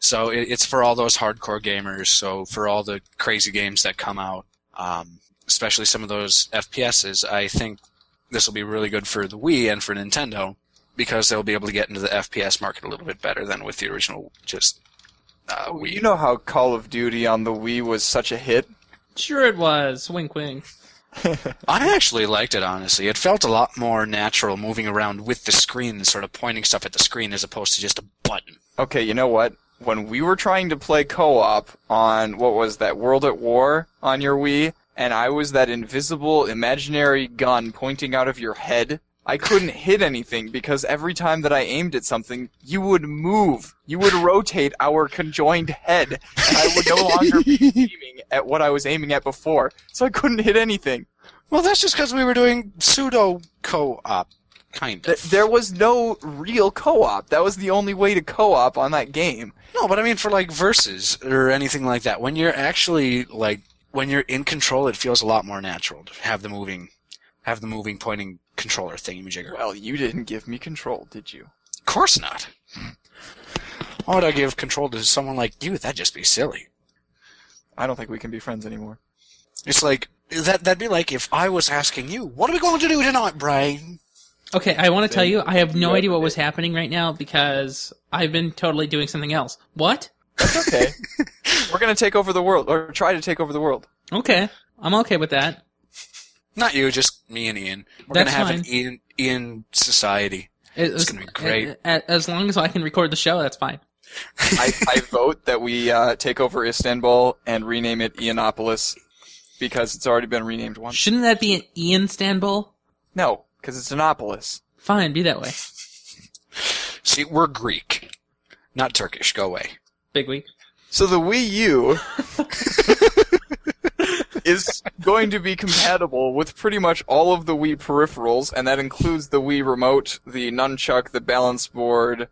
Speaker 2: So it, it's for all those hardcore gamers. So for all the crazy games that come out, um, especially some of those FPSs, I think this will be really good for the Wii and for Nintendo because they'll be able to get into the FPS market a little bit better than with the original just uh, Wii.
Speaker 1: you know how Call of Duty on the Wii was such a hit?
Speaker 3: Sure, it was. Wink, wink.
Speaker 2: I actually liked it honestly. It felt a lot more natural moving around with the screen and sort of pointing stuff at the screen as opposed to just a button.
Speaker 1: Okay, you know what? When we were trying to play co-op on what was that World at War on your Wii, and I was that invisible imaginary gun pointing out of your head, I couldn't hit anything because every time that I aimed at something, you would move. You would rotate our conjoined head, and I would no longer be aiming at what I was aiming at before. So I couldn't hit anything.
Speaker 2: Well, that's just because we were doing pseudo co-op, kind
Speaker 1: Th-
Speaker 2: of.
Speaker 1: There was no real co-op. That was the only way to co-op on that game.
Speaker 2: No, but I mean for like verses or anything like that. When you're actually like when you're in control, it feels a lot more natural to have the moving, have the moving pointing controller thingamajigger.
Speaker 1: Well, you didn't give me control, did you?
Speaker 2: Of course not. Why would I give control to someone like you? That'd just be silly.
Speaker 1: I don't think we can be friends anymore.
Speaker 2: It's like that. That'd be like if I was asking you, "What are we going to do tonight, Brian?"
Speaker 3: Okay, I want to tell
Speaker 1: Then
Speaker 3: you, I have no
Speaker 1: you
Speaker 3: idea what
Speaker 1: have
Speaker 3: was happening right now because I've been totally doing something else. What?
Speaker 1: That's okay. We're gonna take over the world, or try to take over the world.
Speaker 3: Okay, I'm okay with that.
Speaker 2: Not you, just me and Ian. We're
Speaker 3: That's
Speaker 2: gonna have an
Speaker 3: fine.
Speaker 2: Ian Ian society.
Speaker 3: It-
Speaker 2: It's gonna be great.
Speaker 3: a- a- As long as I can record the show, that's fine.
Speaker 1: I, I vote that we uh, take over Istanbul and rename it Ianopolis because it's already been renamed once.
Speaker 3: Shouldn't that be an Ian Stanbul?
Speaker 1: No, because it's Anopolis.
Speaker 3: Fine, be that way.
Speaker 2: See, we're Greek, not Turkish. Go away.
Speaker 3: Big week.
Speaker 1: So the Wii U is going to be compatible with pretty much all of the Wii peripherals, and that includes the Wii remote, the nunchuck, the balance board,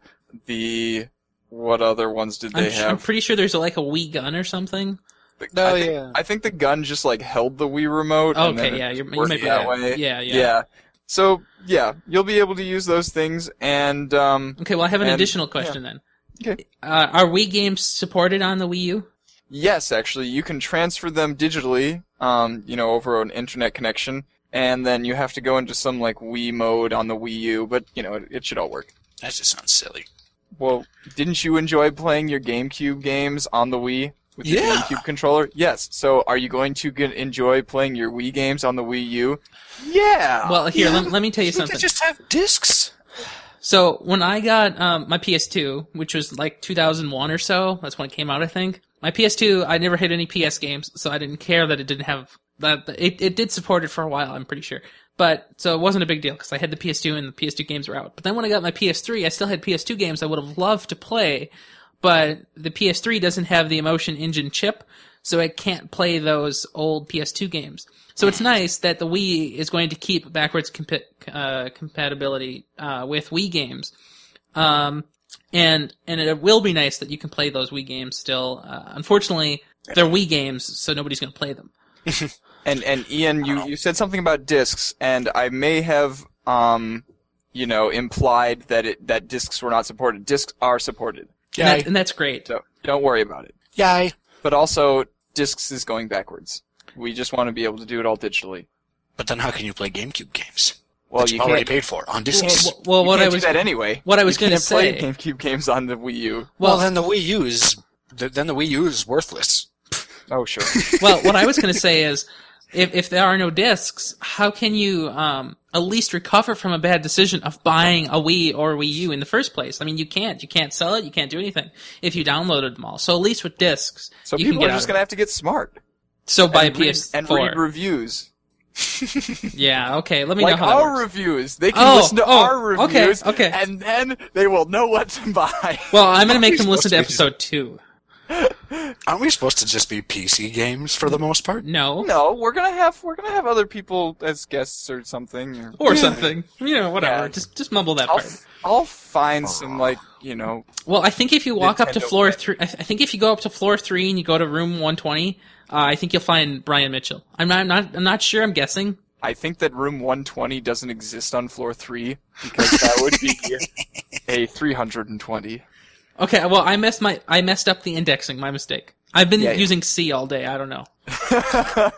Speaker 1: the what other ones did
Speaker 3: I'm,
Speaker 1: they
Speaker 3: su- I'm
Speaker 1: have?
Speaker 3: pretty sure there's like a Wii gun or something.
Speaker 1: I
Speaker 2: Oh,
Speaker 1: think,
Speaker 2: yeah.
Speaker 1: I think the gun just like held the Wii remote. and then
Speaker 3: Okay,
Speaker 1: it
Speaker 3: yeah, you're, you
Speaker 1: worked
Speaker 3: might be
Speaker 1: that
Speaker 3: right.
Speaker 1: way.
Speaker 3: Yeah, yeah,
Speaker 1: yeah. So yeah, you'll be able to use those things, and um,
Speaker 3: Okay, well, I have an
Speaker 1: And-
Speaker 3: additional question then.
Speaker 1: Okay.
Speaker 3: Uh, are Wii games supported on the Wii U?
Speaker 1: yes, actually, you can transfer them digitally, um, you know, over an internet connection, and then you have to go into some like Wii mode on the Wii U, but you know, it, it should all work.
Speaker 2: That just sounds silly.
Speaker 1: Well, didn't you enjoy playing your GameCube games on the Wii with your
Speaker 2: Yeah.
Speaker 1: GameCube controller? Yes. So, are you going to get, enjoy playing your Wii games on the Wii U? Yeah.
Speaker 3: Well, here,
Speaker 2: yeah.
Speaker 3: lem- let me tell you
Speaker 2: Shouldn't
Speaker 3: something.
Speaker 2: They just have discs.
Speaker 3: So when I got um, my PS2, which was like 2001 or so, that's when it came out, I think. My PS2, I never hit any PS games, so I didn't care that it didn't have that. It it did support it for a while, I'm pretty sure. But so it wasn't a big deal because I had the PS2 and the PS2 games were out. But then when I got my PS3, I still had PS2 games I would have loved to play, but the PS3 doesn't have the Emotion Engine chip, so it can't play those old PS2 games. So it's nice that the Wii is going to keep backwards compa- uh, compatibility uh, with Wii games, um, and and it will be nice that you can play those Wii games still. Uh, unfortunately, they're Wii games, so nobody's going to play them.
Speaker 1: And and Ian, you, you said something about discs, and I may have um, you know, implied that it that discs were not supported. Discs are supported,
Speaker 3: And, that, and that's great.
Speaker 1: so don't worry about it.
Speaker 2: Yay.
Speaker 1: But also, discs is going backwards. We just want to be able to do it all digitally.
Speaker 2: But then how can you play GameCube games?
Speaker 1: Well,
Speaker 2: that
Speaker 1: you
Speaker 2: you've already
Speaker 1: can't.
Speaker 2: paid for on
Speaker 3: Well,
Speaker 2: discs.
Speaker 3: well, well,
Speaker 1: you
Speaker 3: what
Speaker 1: can't
Speaker 3: I
Speaker 1: do
Speaker 3: was
Speaker 1: that anyway.
Speaker 3: what I was
Speaker 1: You
Speaker 3: going to
Speaker 1: can't play
Speaker 3: say.
Speaker 1: GameCube games on the Wii U.
Speaker 2: Well,
Speaker 3: Well,
Speaker 2: then the Wii U is th- then the Wii U is worthless.
Speaker 1: Oh sure.
Speaker 3: well, what I was going to say is, if if there are no discs, how can you um, at least recover from a bad decision of buying a Wii or Wii U in the first place? I mean, you can't. You can't sell it. You can't do anything if you downloaded them all. So at least with discs,
Speaker 1: So
Speaker 3: you can
Speaker 1: people
Speaker 3: get
Speaker 1: are just
Speaker 3: out of
Speaker 1: going to have to get smart
Speaker 3: it. So buy a
Speaker 1: and, read,
Speaker 3: PS4.
Speaker 1: and read reviews.
Speaker 3: yeah. Okay. Let me
Speaker 1: Like
Speaker 3: know how that
Speaker 1: our
Speaker 3: works.
Speaker 1: reviews, they can
Speaker 3: Oh,
Speaker 1: listen to
Speaker 3: oh,
Speaker 1: our
Speaker 3: okay,
Speaker 1: reviews,
Speaker 3: okay.
Speaker 1: and then they will know what to buy.
Speaker 3: well, I'm going to make them listen to
Speaker 2: supposed to
Speaker 3: episode two.
Speaker 2: Aren't we supposed to just be PC games for the most part?
Speaker 3: No.
Speaker 1: No, we're gonna have we're gonna have other people as guests or something. Or,
Speaker 3: Or something, you know, whatever.
Speaker 1: Yeah.
Speaker 3: Just, just mumble that
Speaker 1: I'll,
Speaker 3: part.
Speaker 1: I'll find some like you know.
Speaker 3: Well, I think if you walk up to
Speaker 1: Nintendo
Speaker 3: floor
Speaker 1: Wii.
Speaker 3: three, I th- I think if you go up to floor three and you go to room 120, uh, I think you'll find Brian Mitchell. I'm not, I'm not, I'm not sure. I'm guessing.
Speaker 1: I think that room 120 doesn't exist on floor three because that would be a 320.
Speaker 3: Okay, well, I messed my, I messed up the indexing. My mistake. I've been
Speaker 1: Yeah, yeah.
Speaker 3: using C all day. I don't know.
Speaker 1: yeah,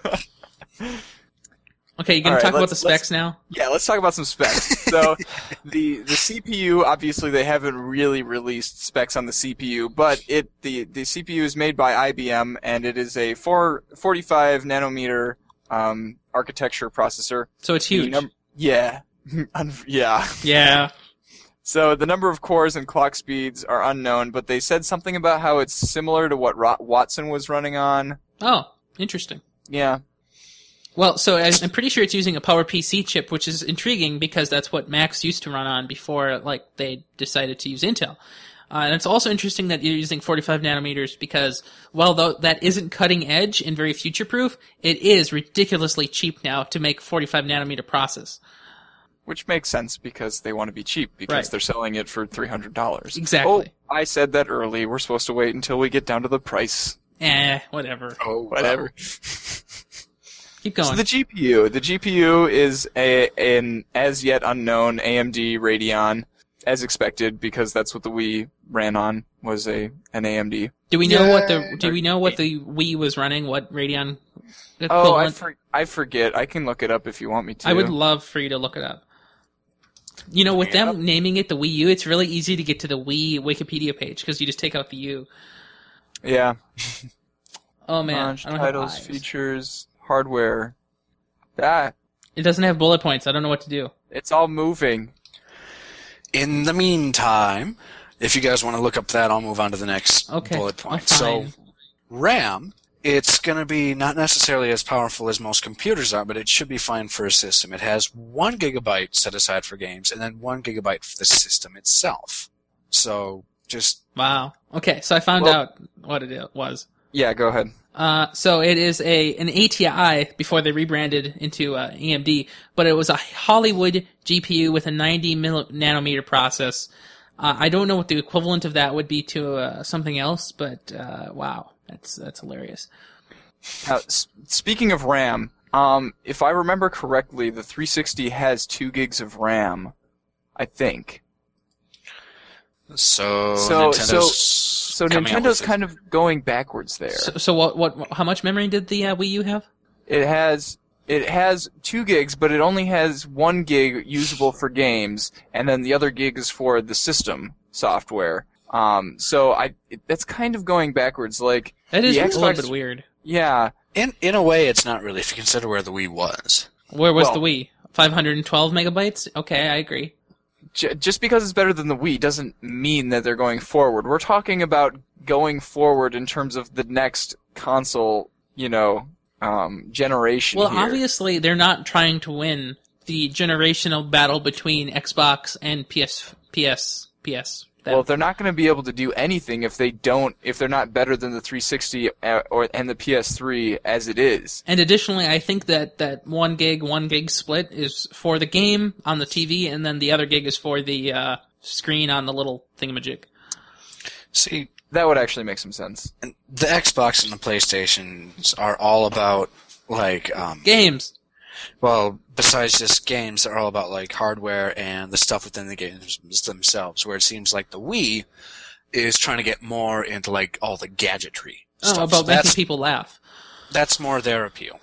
Speaker 3: Okay, you
Speaker 1: All
Speaker 3: gonna
Speaker 1: right,
Speaker 3: talk about
Speaker 1: let's-
Speaker 3: the specs now?
Speaker 1: let's talk about some specs. So the the CPU obviously they haven't really released specs on the CPU, but it the the CPU is made by IBM and it is a 4 45 nanometer um, architecture processor.
Speaker 3: So it's
Speaker 1: The
Speaker 3: huge.
Speaker 1: num- yeah. Un- yeah.
Speaker 3: Yeah.
Speaker 1: So the number of cores and clock speeds are unknown, but they said something about how it's similar to what Ro- Watson was running on.
Speaker 3: Oh, interesting.
Speaker 1: Yeah.
Speaker 3: Well, so I- I'm pretty sure it's using a PowerPC chip, which is intriguing because that's what Macs used to run on before, like they decided to use Intel. Uh, and it's also interesting that you're using 45 nanometers because while though that isn't cutting edge and very future proof, it is ridiculously cheap now to make 45 nanometer process.
Speaker 1: Which makes sense because they want to be cheap because
Speaker 3: Right.
Speaker 1: they're selling it for three hundred dollars.
Speaker 3: Exactly.
Speaker 1: Oh, I said that early. We're supposed to wait until we get down to the price.
Speaker 3: Eh, whatever.
Speaker 2: Oh,
Speaker 1: Whatever.
Speaker 3: Keep
Speaker 1: So
Speaker 3: going.
Speaker 1: the GPU, the GPU is a an as yet unknown AMD Radeon, as expected, because that's what the Wii ran on was a an AMD.
Speaker 3: do we know what the
Speaker 4: Yay.
Speaker 3: do we know what the Wii was running? What Radeon?
Speaker 1: Oh, I,
Speaker 3: equivalent?
Speaker 1: for, I forget. I can look it up if you want me to.
Speaker 3: I would love for you to look it up. You know, with them naming it the Wii U, it's really easy to get to the Wii Wikipedia page because you just take out the U.
Speaker 1: yeah.
Speaker 3: Oh man,
Speaker 1: Launch
Speaker 3: I don't have
Speaker 1: titles,
Speaker 3: eyes.
Speaker 1: features, hardware. Ah,
Speaker 3: It doesn't have bullet points. I don't know what to do.
Speaker 1: it's all moving.
Speaker 2: In the meantime, if you guys want to look up that, I'll move on to the next
Speaker 3: Okay,
Speaker 2: bullet point.
Speaker 3: I'll
Speaker 2: So
Speaker 3: find-
Speaker 2: RAM, it's going to be not necessarily as powerful as most computers are, but it should be fine for a system. It has one gigabyte set aside for games, and then one gigabyte for the system itself. So just
Speaker 3: Wow. Okay, so I found
Speaker 1: Well-
Speaker 3: out what it i- was.
Speaker 1: Yeah, go ahead.
Speaker 3: Uh, so it is a an ATI before they rebranded into uh, AMD, but it was a Hollywood GPU with a 90 mil- nanometer process. Uh, I don't know what the equivalent of that would be to uh, something else, but uh, wow, that's that's hilarious.
Speaker 1: Now, s- speaking of RAM, um, if I remember correctly, the 360 has two gigs of RAM. I think.
Speaker 2: so
Speaker 1: So-
Speaker 2: Nintendo's
Speaker 1: So
Speaker 2: coming out
Speaker 1: Nintendo's
Speaker 2: with it.
Speaker 1: kind of going backwards there.
Speaker 3: So, so what what how much memory did the uh, Wii U have?
Speaker 1: It has it has two gigs, but it only has one gig usable for games, and then the other gig is for the system software. Um, so I it, that's kind of going backwards. Like
Speaker 3: That is
Speaker 1: The
Speaker 3: a little
Speaker 1: Xbox-
Speaker 3: bit weird.
Speaker 1: yeah,
Speaker 2: in in a way it's not really if you consider where the Wii was.
Speaker 3: Where was the
Speaker 1: Well-
Speaker 3: Wii? 512 megabytes. Okay, I agree.
Speaker 1: j- just because it's better than the Wii doesn't mean that they're going forward. We're talking about going forward in terms of the next console, you know, um, generation.
Speaker 3: Well,
Speaker 1: here.
Speaker 3: obviously they're not trying to win the generational battle between Xbox and PS PS PS. That-
Speaker 1: Well, they're not going to be able to do anything if they don't if they're not better than the 360 uh, or and the PS3 as it is.
Speaker 3: and additionally, I think that that one gig one gig split is for the game on the TV, and then the other gig is for the uh, screen on the little thingamajig.
Speaker 2: See,
Speaker 1: That would actually make some sense.
Speaker 2: the Xbox and the PlayStations are all about like um,
Speaker 3: Games.
Speaker 2: well, besides just games, they're all about like hardware and the stuff within the games themselves. Where it seems like the Wii is trying to get more into like all the gadgetry.
Speaker 3: Oh,
Speaker 2: stuff. So
Speaker 3: about making
Speaker 2: that's
Speaker 3: people laugh.
Speaker 2: that's more their appeal.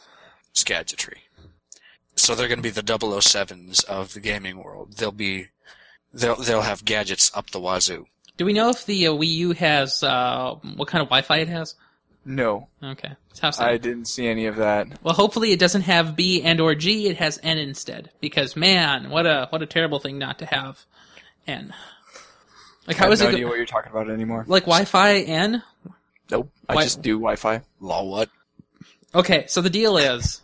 Speaker 2: It's gadgetry. So they're going to be the 007s of the gaming world. They'll be they'll they'll have gadgets up the wazoo.
Speaker 3: Do we know if the uh, Wii U has uh, what kind of Wi-Fi it has?
Speaker 1: No,
Speaker 3: Okay, it's house.
Speaker 1: I didn't see any of that.
Speaker 3: Well, hopefully it doesn't have B and or G. It has N instead, because man, what a what a terrible thing not to have N. Like
Speaker 1: I
Speaker 3: how
Speaker 1: have
Speaker 3: is
Speaker 1: no
Speaker 3: it
Speaker 1: idea
Speaker 3: go-
Speaker 1: what you're talking about anymore.
Speaker 3: like Wi-Fi N?
Speaker 1: Nope, I
Speaker 3: Why-
Speaker 1: just do Wi-Fi.
Speaker 2: Law what?
Speaker 3: Okay, so the deal is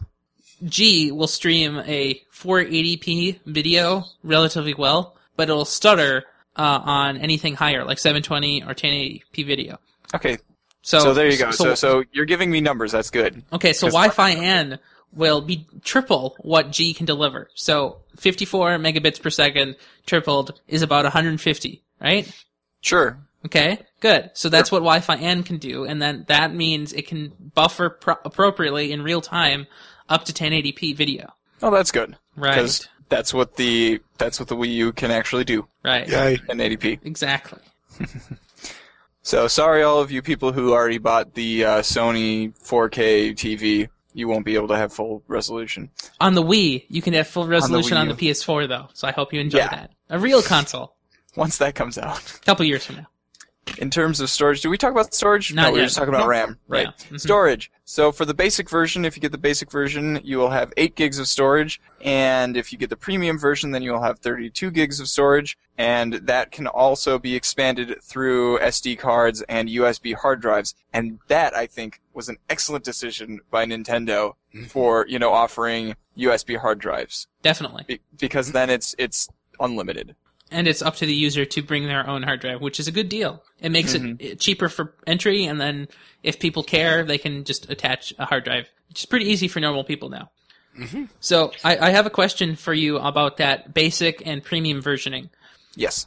Speaker 3: G will stream a 480p video relatively well, but it'll stutter uh, on anything higher, like 720 or 1080p video.
Speaker 1: Okay,
Speaker 3: So,
Speaker 1: so there you go. So, so, you're giving me numbers. That's good.
Speaker 3: Okay, so
Speaker 1: 'Cause-
Speaker 3: Wi-Fi N will be triple what G can deliver. So 54 megabits per second tripled is about 150, right?
Speaker 1: Sure.
Speaker 3: Okay, good. So that's what Wi-Fi N can do, and then that means it can buffer pro- appropriately in real time up to 1080p video.
Speaker 1: Oh, that's good. 'Cause
Speaker 3: Right.
Speaker 1: That's what the that's what the Wii U can actually do
Speaker 3: Right.
Speaker 1: in 80p.
Speaker 3: Exactly.
Speaker 1: So sorry, all of you people who already bought the uh, Sony 4K TV. You won't be able to have full resolution.
Speaker 3: On the Wii, you can have full resolution
Speaker 1: Wii
Speaker 3: on the,
Speaker 1: U.
Speaker 3: PS4 though, so I hope you enjoy
Speaker 1: Yeah.
Speaker 3: that. A real console.
Speaker 1: Once that comes out.
Speaker 3: A couple years from now.
Speaker 1: in terms of storage, did we talk about storage?
Speaker 3: Not
Speaker 1: no, we
Speaker 3: yet.
Speaker 1: were just talking about
Speaker 3: Nope.
Speaker 1: RAM, right?
Speaker 3: Yeah. Mhm.
Speaker 1: Storage. So for the basic version, if you get the basic version, you will have 8 gigs of storage, and if you get the premium version, then you'll have 32 gigs of storage, and that can also be expanded through SD cards and USB hard drives. And that I think was an excellent decision by Nintendo for, you know, offering USB hard drives
Speaker 3: Definitely.
Speaker 1: be- because then it's it's unlimited.
Speaker 3: and it's up to the user to bring their own hard drive, which is a good deal. It makes
Speaker 1: Mm-hmm.
Speaker 3: it cheaper for entry, and then if people care, they can just attach a hard drive, which is pretty easy for normal people now.
Speaker 1: Mm-hmm.
Speaker 3: So I, I have a question for you about that basic and premium versioning.
Speaker 1: Yes.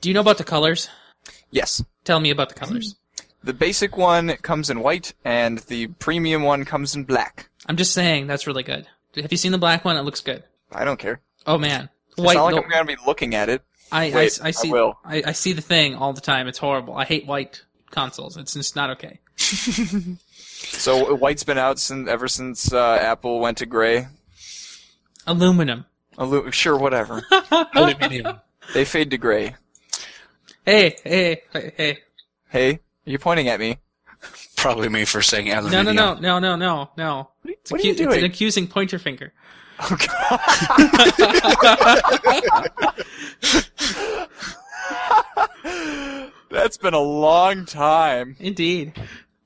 Speaker 3: Do you know about the colors?
Speaker 1: Yes.
Speaker 3: Tell me
Speaker 1: Mm-hmm.
Speaker 3: about the colors.
Speaker 1: The basic one comes in white, and the premium one comes in black.
Speaker 3: I'm just saying that's really good. Have you seen the black one? It looks good.
Speaker 1: I don't care.
Speaker 3: Oh man,
Speaker 1: It's
Speaker 3: white.
Speaker 1: not like
Speaker 3: though-
Speaker 1: I'm gonna be looking at it.
Speaker 3: I, I
Speaker 1: Wait,
Speaker 3: s- I
Speaker 1: I
Speaker 3: see.
Speaker 1: will.
Speaker 3: I, I see the thing all the time. It's horrible. I hate white consoles. It's just not okay.
Speaker 1: So white's been out since ever since uh, Apple went to gray.
Speaker 3: Aluminum.
Speaker 1: Alu- sure, whatever.
Speaker 2: Aluminium.
Speaker 1: they fade to gray.
Speaker 3: Hey, hey, hey, hey.
Speaker 1: Hey, you're pointing at me.
Speaker 2: Probably me for saying
Speaker 3: No,
Speaker 2: aluminium.
Speaker 3: no, no, no, no, no, no. It's,
Speaker 1: what are you
Speaker 3: accu- it's an
Speaker 1: doing?
Speaker 3: accusing pointer finger.
Speaker 1: Oh, God. That's been a long time.
Speaker 3: Indeed.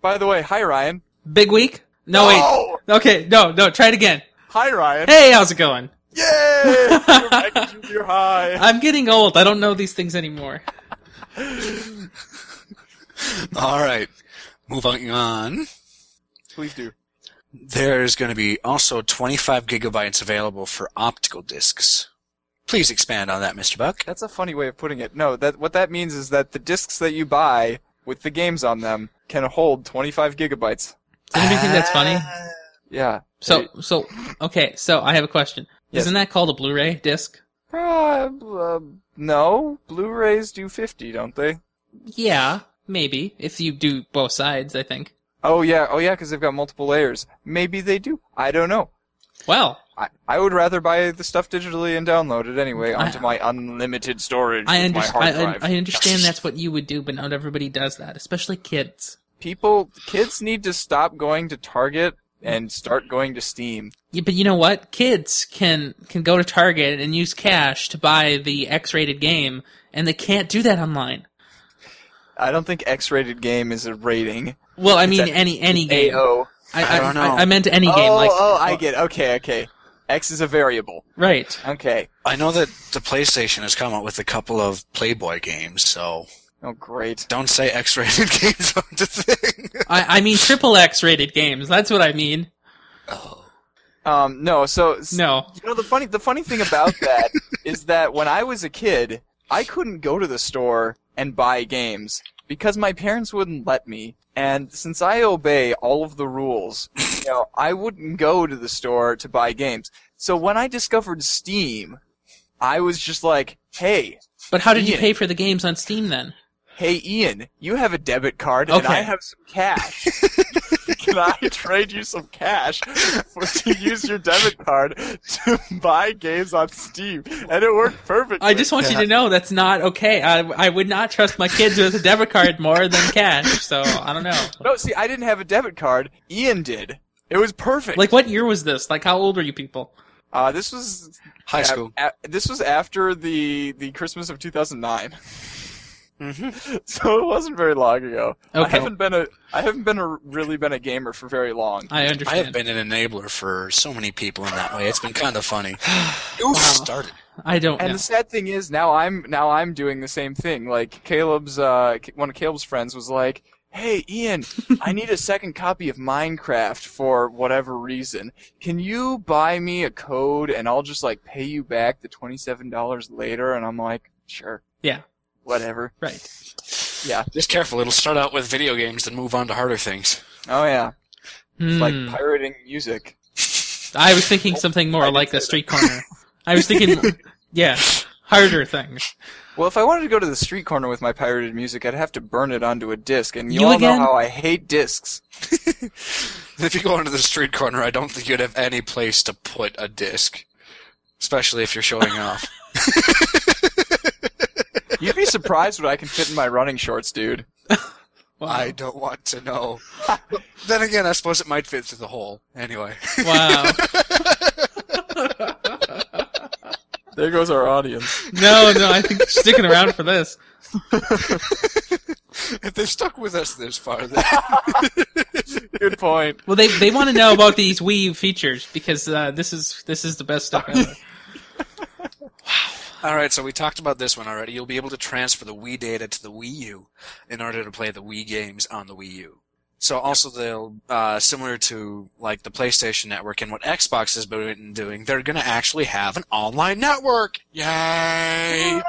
Speaker 1: By the way, hi Ryan.
Speaker 3: Big week? No,
Speaker 1: Oh!
Speaker 3: wait. Okay, no, no. Try it again.
Speaker 1: Hi Ryan.
Speaker 3: Hey, how's it going?
Speaker 1: Yay! You're back in junior high.
Speaker 3: I'm getting old. I don't know these things anymore.
Speaker 2: All right. Moving on.
Speaker 1: Please do.
Speaker 2: There's going to be also 25 gigabytes available for optical discs. Please expand on that, Mr. Buck.
Speaker 1: That's a funny way of putting it. No, that what that means is that the discs that you buy with the games on them can hold 25 gigabytes.
Speaker 3: Does anybody think that's funny?
Speaker 1: Ah. Yeah.
Speaker 3: So, so, okay, so I have a question.
Speaker 1: Yes.
Speaker 3: Isn't that called a Blu-ray disc?
Speaker 1: Uh, uh, no, Blu-rays do 50, don't they?
Speaker 3: Yeah, maybe. If you do both sides, I think.
Speaker 1: Oh yeah, oh yeah, because they've got multiple layers. Maybe they do. I don't know.
Speaker 3: Well,
Speaker 1: I, I would rather buy the stuff digitally and download it anyway
Speaker 3: I-
Speaker 1: onto my unlimited storage
Speaker 3: I,
Speaker 1: with
Speaker 3: under-
Speaker 1: my hard
Speaker 3: I,
Speaker 1: drive.
Speaker 3: I, I understand that's what you would do, but not everybody does that, especially kids.
Speaker 1: People, kids need to stop going to Target and start going to Steam.
Speaker 3: Yeah, but you know what? Kids can can go to Target and use cash to buy the X-rated game, and they can't do that online.
Speaker 1: I don't think X-rated game is a rating.
Speaker 3: Well, I mean,
Speaker 1: that-
Speaker 3: any any game.
Speaker 1: AO.
Speaker 3: I, I,
Speaker 2: I don't know.
Speaker 3: I, I meant any
Speaker 1: oh,
Speaker 3: game. Like,
Speaker 1: oh, I get. Okay, okay. X is a variable.
Speaker 3: right.
Speaker 1: Okay.
Speaker 2: I know that the PlayStation has come out with a couple of Playboy games, so
Speaker 1: Oh, great.
Speaker 2: don't say X-rated games on the thing.
Speaker 3: I, I mean, triple X-rated games. That's what I mean.
Speaker 2: Oh.
Speaker 1: Um, no. So s-
Speaker 3: No,
Speaker 1: You know the funny the funny thing about that is that when I was a kid, I couldn't go to the store and buy games because my parents wouldn't let me. And since I obey all of the rules, you know, I wouldn't go to the store to buy games. So when I discovered Steam, I was just like, "Hey,
Speaker 3: but how did you
Speaker 1: Ian.
Speaker 3: pay for the games on Steam then?
Speaker 1: hey Ian, you have a debit card and
Speaker 3: Okay.
Speaker 1: I have some cash. Can I trade you some cash for, to use your debit card to buy games on Steam?" And it worked perfectly.
Speaker 3: I just want you to know that's not okay. I, I would not trust my kids with a debit card more than cash. So I don't know.
Speaker 1: No, see, I didn't have a debit card. Ian did. It was perfect.
Speaker 3: Like, what year was this? Like, how old were you people?
Speaker 1: uh, this was
Speaker 2: High
Speaker 1: a-
Speaker 2: school.
Speaker 1: a- this was after the the Christmas of 2009.
Speaker 2: Mm-hmm.
Speaker 1: So it wasn't very long ago. I
Speaker 3: Okay.
Speaker 1: haven't been a I haven't been a really been a gamer for very long.
Speaker 3: I
Speaker 2: I
Speaker 3: understand.
Speaker 2: have been an enabler for so many people in that way. It's been kind of funny. Who started?
Speaker 3: I don't
Speaker 1: And
Speaker 3: know.
Speaker 1: the sad thing is now I'm now I'm doing the same thing. Like Caleb's uh, Ca- one of Caleb's friends was like, "Hey Ian, I need a second copy of Minecraft for whatever reason. Can you buy me a code and I'll just like pay you back the twenty-seven dollars later?" And I'm like, "Sure."
Speaker 3: Yeah.
Speaker 1: Whatever.
Speaker 3: Right.
Speaker 1: Yeah.
Speaker 2: Just careful. It'll start out with video games, then move on to harder things.
Speaker 1: Oh yeah. It's like
Speaker 3: Hmm.
Speaker 1: pirating music.
Speaker 3: I was thinking something more
Speaker 1: didn't
Speaker 3: like
Speaker 1: say
Speaker 3: the street corner. I was thinking, yeah, harder things.
Speaker 1: Well, if I wanted to go to the street corner with my pirated music, I'd have to burn it onto a disc, and you,
Speaker 3: You
Speaker 1: all
Speaker 3: again?
Speaker 1: know how I hate discs.
Speaker 2: If you go into the street corner, I don't think you'd have any place to put a disc, especially if you're showing off.
Speaker 1: You'd be surprised what I can fit in my running shorts, dude.
Speaker 3: Wow.
Speaker 2: I don't want to know. But then again, I suppose it might fit through the hole. Anyway,
Speaker 3: wow.
Speaker 1: There goes our audience.
Speaker 3: No, no, I think they're sticking around for this.
Speaker 2: if they've stuck with us this far, then
Speaker 1: Good point.
Speaker 3: Well, they they want to know about these weave features because uh, this is this is the best stuff ever.
Speaker 2: All right, so we talked about this one already. You'll be able to transfer the Wii data to the Wii U in order to play the Wii games on the Wii U. So also they'll uh, similar to like the PlayStation Network and what Xbox has been doing. They're going to actually have an online network. Yay!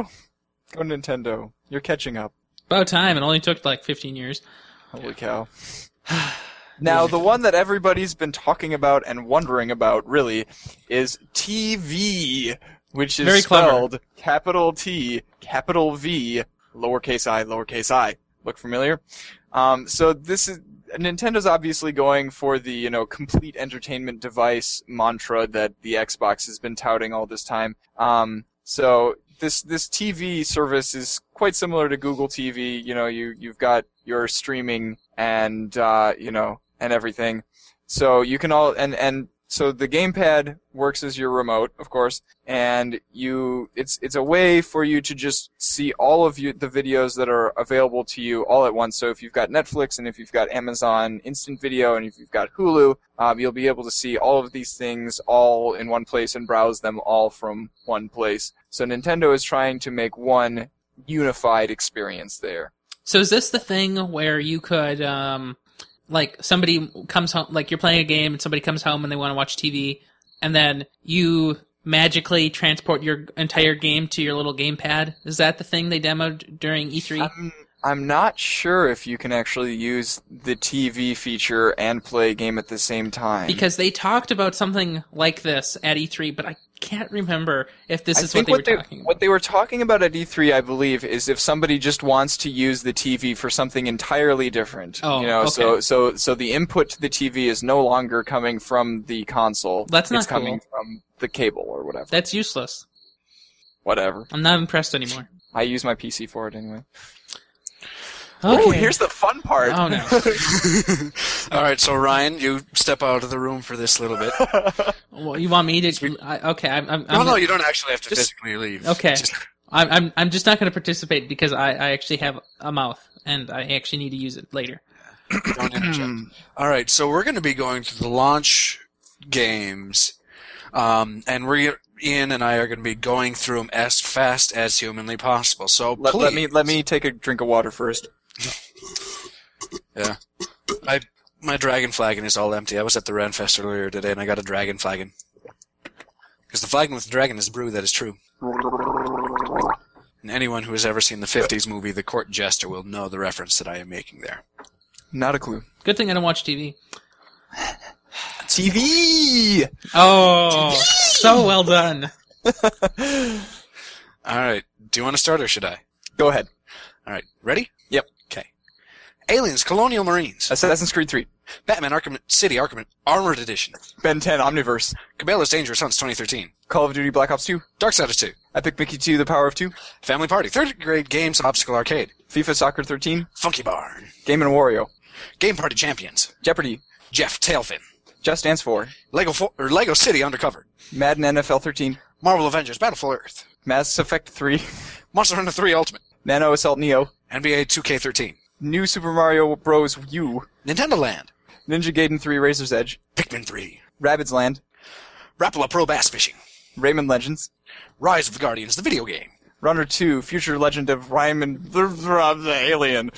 Speaker 1: Go Nintendo. You're catching up.
Speaker 3: About time. It only took like 15 years.
Speaker 1: Holy cow. Now, the one that everybody's been talking about and wondering about really is TV, which is
Speaker 3: Very clever.
Speaker 1: spelled capital T, capital V, lowercase i, lowercase i. Look familiar? Um, so this is Nintendo's obviously going for the you know complete entertainment device mantra that the Xbox has been touting all this time. Um, so this this TV service is quite similar to Google TV. You know, you you've got your streaming and uh, you know and everything. So you can all and and so the gamepad works as your remote, of course, and you it's it's a way for you to just see all of you the videos that are available to you all at once. So if you've got Netflix and if you've got Amazon Instant Video and if you've got Hulu, um, you'll be able to see all of these things all in one place and browse them all from one place. So Nintendo is trying to make one unified experience there.
Speaker 3: So is this the thing where you could, um, like somebody comes home, like you're playing a game and somebody comes home and they want to watch TV, and then you magically transport your entire game to your little gamepad? Is that the thing they demoed during E E3?
Speaker 1: I'm, Um, I'm not sure if you can actually use the TV feature and play a game at the same time.
Speaker 3: because they talked about something like this at E3, but I can't remember if this
Speaker 1: I
Speaker 3: is
Speaker 1: think
Speaker 3: what they were talking about.
Speaker 1: what they were talking about at E3, I believe, is if somebody just wants to use the TV for something entirely different.
Speaker 3: Oh,
Speaker 1: you know, so
Speaker 3: okay.
Speaker 1: so so the input to the TV is no longer coming from the console.
Speaker 3: That's not
Speaker 1: it's coming from the cable or whatever.
Speaker 3: That's useless.
Speaker 1: whatever.
Speaker 3: I'm not impressed anymore.
Speaker 1: I use my PC for it anyway.
Speaker 3: Okay.
Speaker 1: Oh, here's the fun part.
Speaker 3: Oh, no.
Speaker 2: All right, so Ryan, you step out of the room for this little bit.
Speaker 3: well, you want me to? I, okay, I'm. I'm,
Speaker 2: No,
Speaker 3: I'm
Speaker 2: no, you don't actually have to
Speaker 1: Just-
Speaker 2: physically leave.
Speaker 3: Okay.
Speaker 2: Just-
Speaker 3: I'm, I'm, I'm just not going to participate because I, I actually have a mouth and I actually need to use it later.
Speaker 2: Don't interject. All right, so we're going to be going to the launch games, um, and we're Ian and I are going to be going through them as fast as humanly possible. So
Speaker 1: Let, let me
Speaker 2: please-
Speaker 1: let me take a drink of water first.
Speaker 2: My dragon flagon is all empty. I was at the Ren Fest earlier today, and I got a dragon flagon. Because the flagon with the dragon is brew. That is true. And anyone who has ever seen the '50s movie The Court Jester will know the reference that I am making there.
Speaker 1: Not a clue.
Speaker 3: Good thing I don't watch TV.
Speaker 1: TV.
Speaker 3: Oh, so well done.
Speaker 2: All right. Do you want to start, or should I?
Speaker 1: Go ahead.
Speaker 2: All right. Ready?
Speaker 1: Yep.
Speaker 2: Okay. Aliens, Colonial Marines,
Speaker 1: Assassin's Creed 3,
Speaker 2: Batman Arkham City, Arkham Armored Edition,
Speaker 1: Ben 10, Omniverse,
Speaker 2: Cabela's Dangerous Hunts 2013,
Speaker 1: Call of Duty Black Ops 2,
Speaker 2: Darksiders 2,
Speaker 1: Epic Mickey 2, The Power of 2,
Speaker 2: Family Party, Third Grade Games Obstacle Arcade,
Speaker 1: FIFA Soccer 13,
Speaker 2: Funky Barn,
Speaker 1: Game and Wario,
Speaker 2: Game Party Champions,
Speaker 1: Jeopardy,
Speaker 2: Jeff Tailfin,
Speaker 1: Just Dance 4,
Speaker 2: Lego for, or Lego City Undercover,
Speaker 1: Madden NFL 13,
Speaker 2: Marvel Avengers Battle for Earth,
Speaker 1: Mass Effect 3,
Speaker 2: Monster Hunter 3 Ultimate,
Speaker 1: Nano Assault Neo,
Speaker 2: NBA 2K13,
Speaker 1: New Super Mario Bros. U,
Speaker 2: Nintendo Land,
Speaker 1: Ninja Gaiden 3 Razor's Edge,
Speaker 2: Pikmin 3,
Speaker 1: Rabbids Land,
Speaker 2: Rapala Pro Bass Fishing,
Speaker 1: Rayman Legends,
Speaker 2: Rise of the Guardians, the video game,
Speaker 1: Runner 2, Future Legend of Rayman the Alien,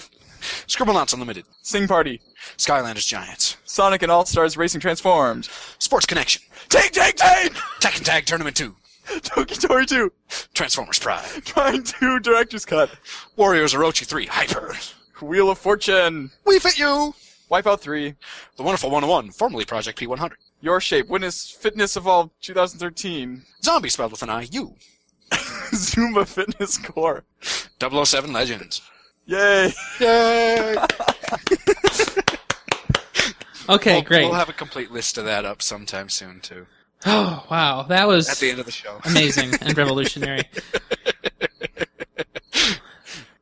Speaker 2: Scribblenauts Unlimited,
Speaker 1: Sing Party,
Speaker 2: Skylanders Giants,
Speaker 1: Sonic and All Stars Racing Transformed,
Speaker 2: Sports Connection,
Speaker 1: Take Take Take,
Speaker 2: Tekken Tag Tournament 2,
Speaker 1: Toki Tori 2,
Speaker 2: Transformers Pride,
Speaker 1: Trying 2 Director's Cut,
Speaker 2: Warriors Orochi 3 Hyper,
Speaker 1: Wheel of Fortune,
Speaker 2: We Fit You,
Speaker 1: Wipeout 3,
Speaker 2: The Wonderful 101, formerly Project P100,
Speaker 1: Your Shape, Witness Fitness Evolved 2013,
Speaker 2: Zombie Spelled with an I, You,
Speaker 1: Zumba Fitness Core,
Speaker 2: 007 Legends.
Speaker 1: yay!
Speaker 2: Yay!
Speaker 3: Okay,
Speaker 2: We'll-
Speaker 3: great.
Speaker 2: We'll have a complete list of that up sometime soon, too.
Speaker 3: oh, wow. That was
Speaker 2: At the end of the show.
Speaker 3: amazing and revolutionary.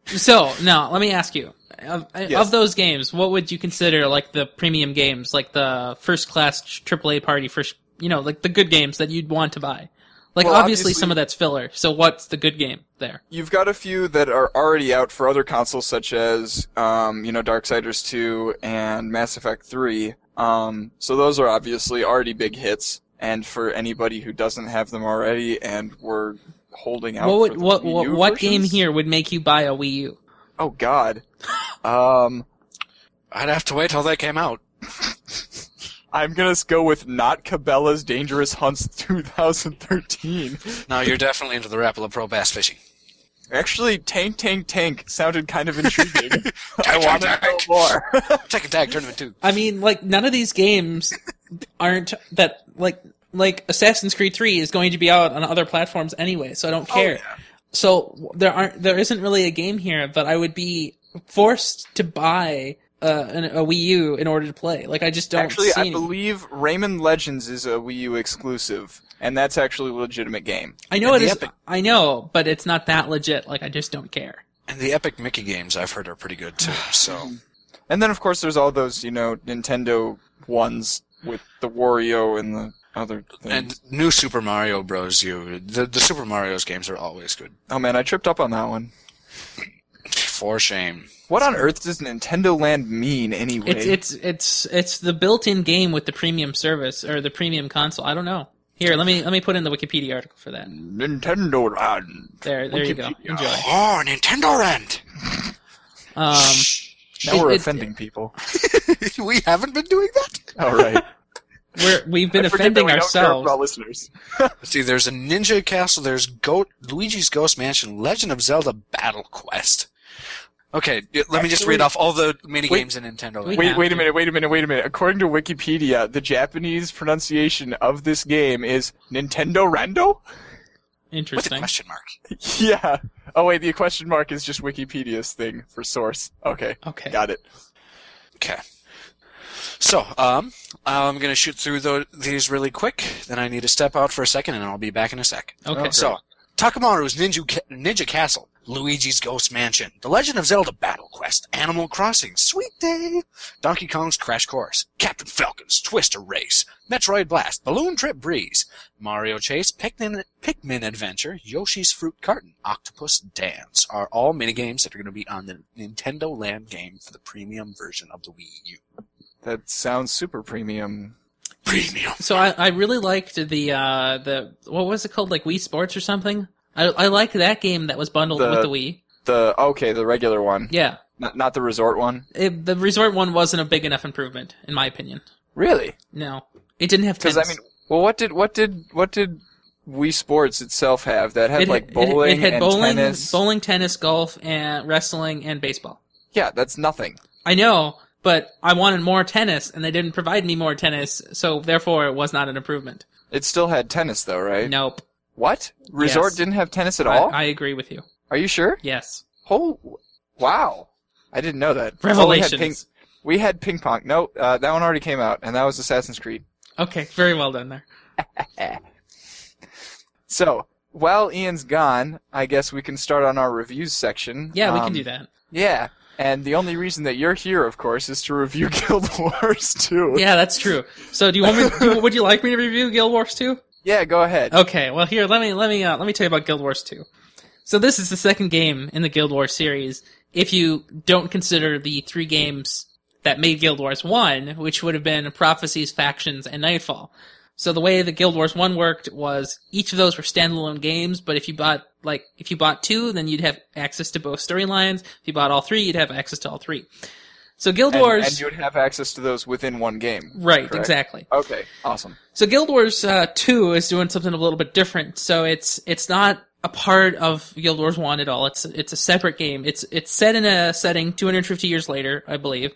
Speaker 3: so now, let me ask you: of,
Speaker 1: Yes.
Speaker 3: of those games, what would you consider like the premium games, like the first class AAA party, first you know, like the good games that you'd want to buy? Like
Speaker 1: Well,
Speaker 3: obviously,
Speaker 1: obviously-
Speaker 3: some of that's filler. So what's the good game there?
Speaker 1: You've got a few that are already out for other consoles, such as, um, you know, Darksiders 2 and Mass Effect 3. Um, so those are obviously already big hits, and for anybody who doesn't have them already, and we're holding out
Speaker 3: What
Speaker 1: for
Speaker 3: would,
Speaker 1: the
Speaker 3: what
Speaker 1: Wii
Speaker 3: what,
Speaker 1: U
Speaker 3: what game
Speaker 1: versions?
Speaker 3: here would make you buy a Wii U?
Speaker 1: Oh God, um,
Speaker 2: I'd have to wait till they came out.
Speaker 1: I'm gonna s- go with not Cabela's Dangerous Hunts 2013.
Speaker 2: No, you're definitely into the Rapala Pro Bass Fishing.
Speaker 1: Actually, tank, tank, tank sounded kind of intriguing. I
Speaker 2: Tank,
Speaker 1: want to know
Speaker 2: tank,
Speaker 1: more.
Speaker 2: Take a tag tournament too.
Speaker 3: I mean, like none of these games aren't that like like Assassin's Creed 3 is going to be out on other platforms anyway, so I
Speaker 1: Oh,
Speaker 3: don't care. So w- there aren't there isn't really a game here, but I would be forced to buy uh, an, a Wii U in order to play. Like I just don't
Speaker 1: actually,
Speaker 3: see
Speaker 1: I
Speaker 3: any-
Speaker 1: believe Rayman Legends is a Wii U exclusive, and that's actually a legitimate game.
Speaker 3: I know it
Speaker 1: and
Speaker 3: is.
Speaker 1: the Epic-
Speaker 3: I know, but it's not that legit. Like I just don't care.
Speaker 2: And the Epic Mickey games I've heard are pretty good too. So
Speaker 1: And then, of course, there's all those, you know, Nintendo ones with the Wario and the other things.
Speaker 2: and new Super Mario Bros. U. The the Super Mario's games are always good.
Speaker 1: oh man, I tripped up on that one.
Speaker 2: For shame.
Speaker 1: What on earth does Nintendo Land mean anyway?
Speaker 3: It's it's it's it's the built-in game with the premium service or the premium console. I don't know. Here, let me let me put in the Wikipedia article for that.
Speaker 1: Nintendo Land.
Speaker 3: There, there you go.
Speaker 1: Wikipedia.
Speaker 3: Enjoy.
Speaker 2: Oh, Nintendo Rent.
Speaker 3: Um,
Speaker 1: Now we're
Speaker 3: It- it-
Speaker 1: offending people.
Speaker 2: we haven't been doing that.
Speaker 1: All right.
Speaker 3: we're, we've been
Speaker 1: I forget that
Speaker 3: offending
Speaker 1: we don't care
Speaker 3: ourselves.
Speaker 1: about listeners.
Speaker 2: See, there's a Ninja Castle, there's Goat, Luigi's Ghost Mansion, Legend of Zelda Battle Quest. Okay, y- let me just
Speaker 1: Actually-
Speaker 2: read off all the mini
Speaker 1: Wait-
Speaker 2: games in Nintendo.
Speaker 3: Wait.
Speaker 2: Land.
Speaker 1: Wait,
Speaker 3: have
Speaker 1: wait a
Speaker 3: to.
Speaker 1: minute, wait a minute, wait a minute. According to Wikipedia, the Japanese pronunciation of this game is Nintendo Rando?
Speaker 2: With a
Speaker 3: Interesting.
Speaker 2: question mark.
Speaker 1: Yeah. Oh wait, the question mark is just Wikipedia's thing for source. Okay.
Speaker 3: Okay.
Speaker 1: Got it.
Speaker 2: Okay. So, um, I'm gonna shoot through tho- these really quick. Then I need to step out for a second, and I'll be back in a sec.
Speaker 3: Okay.
Speaker 2: So, Takamaru's Ninja, Ca- Ninja Castle, Luigi's Ghost Mansion, The Legend of Zelda Battle Quest, Animal Crossing, Sweet Day, Donkey Kong's Crash Course, Captain Falcon's Twister Race, Metroid Blast, Balloon Trip Breeze, Mario Chase, Pikmin, Pikmin Adventure, Yoshi's Fruit Carton, Octopus Dance are all minigames that are going to be on the Nintendo Land game for the premium version of the Wii U.
Speaker 1: That sounds super premium.
Speaker 2: Premium.
Speaker 3: So I, I really liked the uh the what was it called like Wii Sports or something. I I liked that game that was bundled
Speaker 1: The-
Speaker 3: with the Wii.
Speaker 1: The okay, the regular one.
Speaker 3: Yeah,
Speaker 1: Not not the resort one.
Speaker 3: It- the resort one wasn't a big enough improvement in my opinion.
Speaker 1: Really?
Speaker 3: No, it didn't have
Speaker 1: Because
Speaker 3: tennis.
Speaker 1: I mean well what did what did what did Wii Sports itself have? That had
Speaker 3: it,
Speaker 1: like
Speaker 3: it-
Speaker 1: bowling
Speaker 3: it, had
Speaker 1: and
Speaker 3: bowling,
Speaker 1: tennis.
Speaker 3: bowling, tennis, golf, and wrestling and baseball.
Speaker 1: Yeah, that's nothing.
Speaker 3: I know, but I wanted more tennis, and they didn't provide me more tennis, so therefore it was not an improvement.
Speaker 1: It still had tennis though, right?
Speaker 3: Nope.
Speaker 1: What? Resort
Speaker 3: Yes.
Speaker 1: didn't have tennis at
Speaker 3: I,
Speaker 1: all?
Speaker 3: I agree with you.
Speaker 1: Are you sure?
Speaker 3: Yes.
Speaker 1: Oh, wow. I didn't know that. Well, we had
Speaker 3: Revelations.
Speaker 1: ping- We had ping pong. No, uh, that one already came out, and that was Assassin's Creed.
Speaker 3: Okay, very well done there.
Speaker 1: So while Ian's gone, I guess we can start on our reviews section.
Speaker 3: Yeah, we
Speaker 1: Um,
Speaker 3: can do that.
Speaker 1: Yeah, and the only reason that you're here, of course, is to review Guild Wars 2.
Speaker 3: Yeah, that's true. So, do you want me? Do, would you like me to review Guild Wars 2?
Speaker 1: Yeah, go ahead.
Speaker 3: Okay, well here let me let me uh, let me tell you about Guild Wars 2. So this is the second game in the Guild Wars series. If you don't consider the three games that made Guild Wars 1, which would have been Prophecies, Factions, and Nightfall. So the way that Guild Wars 1 worked was each of those were standalone games, but if you bought like if you bought 2, then you'd have access to both storylines. If you bought all 3, you'd have access to all 3. So Guild
Speaker 1: And,
Speaker 3: Wars
Speaker 1: and you would have access to those within one game.
Speaker 3: Right,
Speaker 1: correct?
Speaker 3: exactly.
Speaker 1: Okay, awesome.
Speaker 3: So Guild Wars uh, Two is doing something a little bit different. So it's it's not a part of Guild Wars One at all. It's it's a separate game. It's it's set in a setting 250 years later, I believe,